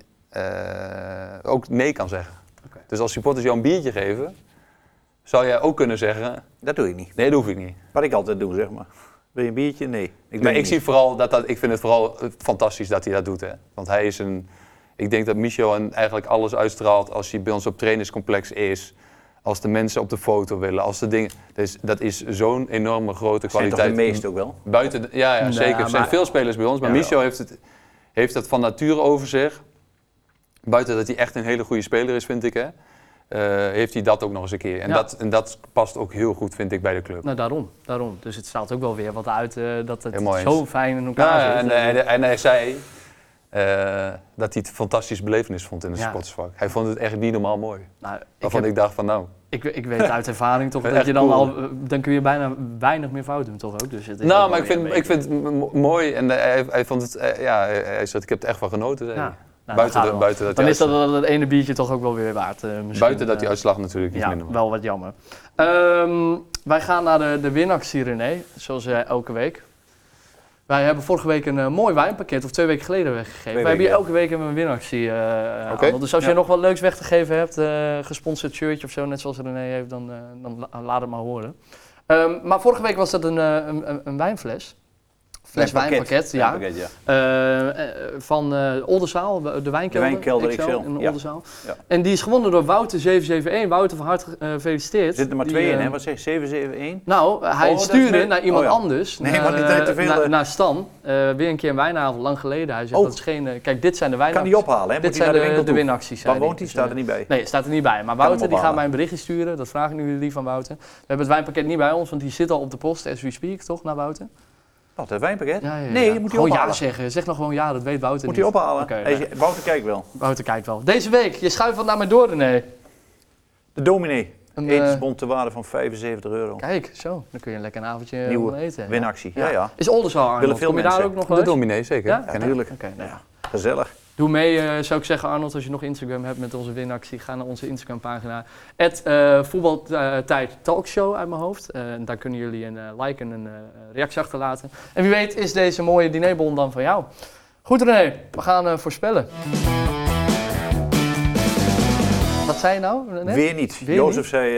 S3: eh, ook nee kan zeggen.
S1: Oké.
S3: Dus als supporters jou een biertje geven, zou jij ook kunnen zeggen:
S2: Dat doe ik niet.
S3: nee, dat hoef ik niet.
S2: Wat ik altijd doe, zeg maar. Wil je een biertje? Nee. Ik doe
S3: maar
S2: het
S3: ik,
S2: niet.
S3: zie vooral dat, dat ik vind het vooral eh, fantastisch dat hij dat doet. Hè. Want hij is een. Ik denk dat Michel en eigenlijk alles uitstraalt als hij bij ons op trainingscomplex is. Als de mensen op de foto willen, als de dingen. Dus dat is zo'n enorme grote
S2: zijn toch de
S3: kwaliteit.
S2: meeste ook wel?
S3: Buiten, de- ja, ja
S1: Nou,
S3: zeker. Er zijn
S1: maar-
S3: veel spelers bij ons, maar
S2: Ja,
S3: Michel heeft, het, heeft dat van nature over zich. Buiten dat hij echt een hele goede speler is, vind ik, hè, eh, heeft hij dat ook nog eens een keer. En,
S1: Ja.
S3: dat, en dat past ook heel goed, vind ik, bij de club.
S1: Nou, daarom, daarom. Dus het staat ook wel weer wat uit eh, dat het
S3: Helemaal eens.
S1: zo fijn in elkaar
S3: Nou,
S1: zit.
S3: en, en, en hij zei eh, dat hij het fantastisch belevenis vond in het
S1: Ja.
S3: sportsvak. Hij vond het echt niet normaal mooi.
S1: nou, ik,
S3: Waarvan
S1: heb-
S3: ik dacht van nou...
S1: ik, ik weet uit ervaring toch dat
S3: Echt
S1: je dan
S3: cool.
S1: al, eh, dan kun je bijna weinig meer fout doen toch ook. Dus het is ook
S3: Nou,
S1: wel
S3: maar ik
S1: weer
S3: vind,
S1: een
S3: ik vind het m- m- mooi en eh, hij, hij vond het... eh, ja, hij- hij zegt ik heb het echt van genoten. zei
S1: Ja.
S3: hij.
S1: Nou, dan
S3: buiten,
S1: gaan
S3: de-
S1: we.
S3: buiten dat
S1: Dan
S3: hij
S1: is dat, dat ene biertje toch ook wel weer waard. eh, misschien,
S3: Buiten dat
S1: eh,
S3: die uitslag natuurlijk iets
S1: Ja,
S3: minder was.
S1: wel wat jammer. Ehm, wij gaan naar de, de winactie, René, zoals eh, elke week. Wij hebben vorige week een eh, mooi wijnpakket, of twee weken geleden weggegeven.
S2: Twee
S1: wij hebben hier
S2: weken,
S1: elke week hebben we een winactie. eh, eh,
S3: Oké.
S1: Arnold. Dus als
S2: Ja.
S1: jij nog wat leuks weg te geven hebt, eh gesponsord shirtje of zo, net zoals René heeft, dan, eh, dan la- laat het maar horen. Ehm, maar vorige week was dat een, eh, een, een, een wijnfles. Fles
S2: Een pakket.
S1: wijnpakket,
S2: Een
S1: ja.
S2: pakket, ja.
S1: Eh, eh, van eh Oldenzaal, de wijnkelder.
S2: De wijnkelder XL,
S1: in
S2: ja.
S1: Oldenzaal.
S2: Ja.
S1: En die is gewonnen door Wouter771. Wouter, van harte eh, gefeliciteerd.
S2: Er zitten er maar
S1: Die,
S2: twee in,
S1: eh,
S2: hè? Wat zeg je? 771?
S1: Nou, eh, hij
S2: Oh, dat is
S1: stuurde
S2: met-
S1: naar iemand
S2: oh ja.
S1: anders.
S2: Nee,
S1: naar,
S2: maar niet
S1: eh,
S2: te veel,
S1: naar-
S2: eh.
S1: naar Stan. Eh, weer een keer een wijnavond, lang geleden. Hij zegt,
S2: Oh.
S1: dat is geen... eh, kijk, dit zijn de
S2: Kan
S1: wijnacties.
S2: die ophalen, hè? Moet
S1: dit
S2: hij
S1: zijn
S2: naar de
S1: de, de,
S2: winkel toe?
S1: winacties. zei
S2: Waar woont hij?
S1: Dus,
S2: Staat
S1: eh,
S2: er niet bij.
S1: Nee, staat er niet bij. Maar Wouter die
S2: hem
S1: gaat
S2: ophalen.
S1: mij een berichtje sturen. Dat vraag ik nu lief van Wouter. We hebben het wijnpakket niet bij ons, want die zit al op de post. As we speak, toch? Naar Wouter?
S2: Wat, een wijnpakket?
S1: Ja, ja, ja.
S2: Nee, moet hij
S1: Gewoon ja
S2: ophalen.
S1: zeggen. Zeg nog gewoon ja, dat weet Wouter
S2: Moet
S1: niet.
S2: hij ophalen.
S1: Oké,
S2: Hij
S1: nee.
S2: zegt- Wouter kijkt wel.
S1: Wouter kijkt wel. Deze week, je schuift wat naar mij door, René.
S2: De dominee.
S1: Een, eh,
S2: Etensbon te waarde van 75 euro.
S1: Kijk, zo. Dan kun je lekker een avondje eh,
S2: Nieuwe
S1: om eten. ja.
S2: Winactie. Ja, ja.
S1: Is Oldenzaal, Arnold?
S2: Willen veel
S1: Kom je daar
S2: mensen.
S1: ook nog wel
S3: De
S1: eens?
S3: dominee, zeker.
S1: Ja?
S3: Ken ik.
S2: Natuurlijk.
S1: Oké, nou.
S2: Ja, gezellig.
S1: Doe mee, eh, zou ik zeggen, Arnold, als je nog Instagram hebt met onze winactie. Ga naar onze Instagram-pagina. Het voetbaltijd talkshow uit mijn hoofd. Eh, en daar kunnen jullie een eh, like en een eh, reactie achterlaten. En wie weet is deze mooie dinerbon dan van jou. Goed René, we gaan eh, voorspellen. Wat zei je nou? René?
S2: Weer niet.
S1: Weer
S2: Jozef zei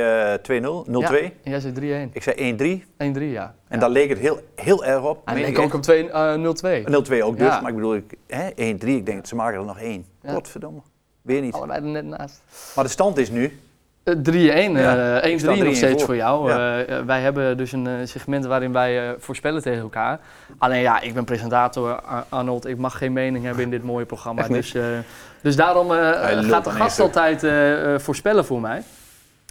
S2: eh, 2-0, 0-2.
S1: En jij zei 3-1.
S2: Ik zei 1-3.
S1: 1-3, ja.
S2: En daar leek het heel, heel erg op.
S1: Hij
S2: Meen
S1: leek
S2: ik
S1: ook op 2, eh, 0-2.
S2: echt. 0-2 ook dus,
S1: Ja.
S2: maar ik bedoel, ik, hè, 1-3, ik denk, ze maken er nog één.
S1: Ja.
S2: Godverdomme. Weer niet.
S1: Allebei er net naast.
S2: Maar de stand is nu,
S1: Eh, 3-1, eh,
S2: Ja, ik
S1: 1-3
S2: sta
S1: nog
S2: 3-1
S1: steeds
S2: voor.
S1: voor jou.
S2: Ja.
S1: Eh, eh, wij hebben dus een eh, segment waarin wij eh, voorspellen tegen elkaar. Alleen ja, ik ben presentator, Ar- Arnold. Ik mag geen mening hebben in dit mooie programma.
S3: Echt niet.
S1: Dus, eh, dus daarom eh,
S2: lult
S1: gaat de
S2: aan
S1: gast
S2: één
S1: altijd eh, eh, voorspellen voor mij.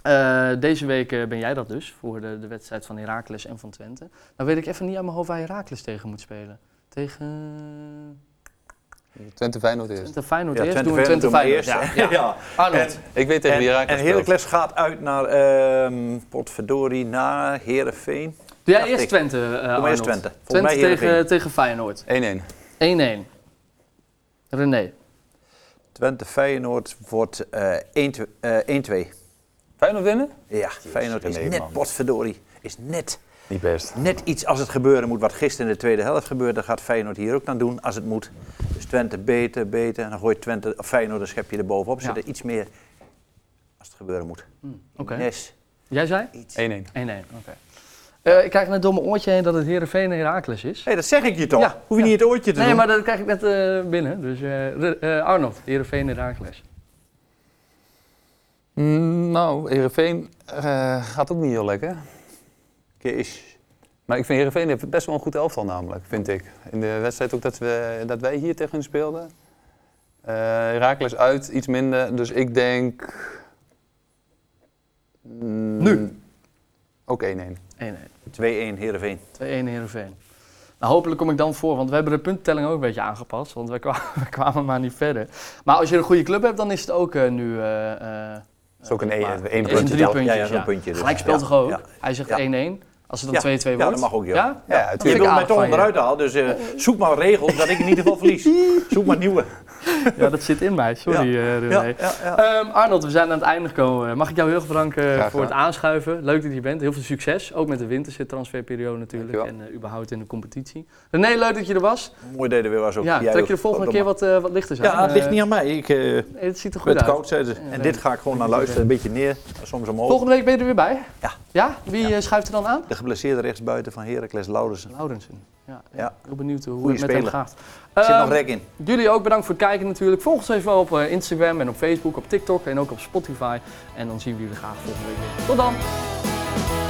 S1: Eh, deze week eh, ben jij dat dus, voor de, de wedstrijd van Heracles en van Twente. Nou weet ik even niet aan mijn hoofd waar Heracles tegen moet spelen. Tegen
S3: Twente Feyenoord eerst.
S1: Twente Feyenoord
S2: ja,
S1: eerst?
S2: Twente
S1: Doen we
S2: Feyenoord
S1: Twente
S2: doen we
S1: Feyenoord,
S2: eerst.
S1: ja.
S2: Ja.
S1: Arnold,
S3: Ik weet tegen
S2: En,
S3: wie Raak
S2: en Heracles gaat uit naar, ehm potverdorie, naar Herenveen.
S1: doe jij
S2: dacht
S1: eerst
S2: ik.
S1: Twente, eh, Arnold?
S2: Kom eerst Twente. Volgens
S1: Twente
S2: mij Herenveen.
S1: tegen, tegen Feyenoord.
S3: 1-1.
S1: 1-1. René.
S2: Twente Feyenoord wordt eh, 1-2. eh, 1-2.
S3: Feyenoord winnen?
S2: ja, Feyenoord is
S3: nee,
S2: net
S3: man.
S2: potverdorie. Is net,
S3: Niet best.
S2: net iets als het gebeuren moet. Wat gisteren in de tweede helft gebeurde, dat gaat Feyenoord hier ook aan doen als het moet. Dus Twente beter, beter. En dan gooit Twente, of Feyenoord een schepje erbovenop.
S1: Ja.
S2: Zit er iets meer als het gebeuren moet.
S1: Oké.
S2: Nes,
S1: Jij zei? 1-1.
S2: iets.
S3: 1-1.
S1: Oké. Eh, ik krijg net door mijn oortje heen dat het Heerenveen en Heracles is.
S2: Hé, dat zeg ik je toch?
S1: Ja,
S2: Hoef je niet het oortje te
S1: Nee,
S2: doen.
S1: maar dat krijg ik net eh, binnen. Dus eh, Re- eh, Arnold, Heerenveen en Heracles.
S3: nou, Heerenveen eh, gaat ook niet heel lekker.
S2: Kees.
S3: Maar ik vind Heerenveen heeft best wel een goed elftal namelijk, vind ik. In de wedstrijd ook dat, we, dat wij hier tegen hen speelden. Eh Heracles uit, iets minder. Dus ik denk... Mm,
S1: Nu.
S3: Ook 1-1.
S1: 1-1.
S2: 2-1 Heerenveen.
S1: 2-1 Heerenveen. Nou, hopelijk kom ik dan voor, want we hebben de punttelling ook een beetje aangepast. Want we kwamen, we kwamen maar niet verder. Maar als je een goede club hebt, dan is het ook eh, nu... eh, eh,
S3: is ook een één-
S1: maar-
S3: één
S1: is een
S3: puntje
S1: drie
S3: dan.
S1: puntjes,
S2: Ja, ja,
S1: ja.
S2: zo'n puntje dus.
S1: Gelijk speelt
S2: Ja,
S1: toch ook?
S2: ja.
S1: Hij zegt
S2: Ja.
S1: 1-1. Als het dan
S2: Ja.
S1: 2-2 wordt.
S2: Ja, dat mag ook, joh.
S1: Ja?
S3: Ja,
S1: Dat
S3: natuurlijk.
S1: vind
S2: Je
S1: ik
S2: wil mij
S1: aardig
S2: toch
S1: van je.
S2: onderuit halen, dus eh, zoek maar regels dat ik in ieder geval verlies. Zoek maar nieuwe.
S1: Ja, dat zit in mij. Sorry, eh René.
S2: ja, ja.
S1: Ehm, Arnold, we zijn aan het einde gekomen. Mag ik jou heel erg bedanken eh,
S3: Graag
S1: voor het
S3: gedaan.
S1: aanschuiven. Leuk dat je bent. Heel veel succes. Ook met de winterse transferperiode natuurlijk.
S3: Dankjewel.
S1: En eh, überhaupt in de competitie. René, leuk dat je er was.
S2: Mooi deden weer was ook.
S1: ja,
S2: jij
S1: dat je
S2: ook-
S1: de volgende
S2: ook
S1: keer
S2: nog-
S1: wat, eh, wat lichter zijn.
S2: Ja, het ligt
S1: Eh,
S2: niet aan mij. Ik eh
S1: nee, het ziet er goed
S2: werd
S1: uit.
S2: koud, zeiden ze. En
S1: nee.
S2: dit ga ik gewoon naar luisteren. Een beetje neer, soms omhoog.
S1: Volgende week ben je er weer bij?
S2: Ja.
S1: Ja? Wie eh, schuift er dan aan?
S2: De geblesseerde rechtsbuiten van Heracles Laudersen.
S1: Laurensen. Ja, ik
S2: Ja.
S1: ben heel benieuwd hoe
S2: Goeie
S1: het met
S2: speler.
S1: hem gaat.
S2: Er zit nog
S1: Ehm,
S2: rek in.
S1: Jullie ook bedankt voor het kijken natuurlijk. Volg ons even op eh, Instagram en op Facebook, op TikTok en ook op Spotify. En dan zien we jullie graag volgende week weer. Tot dan!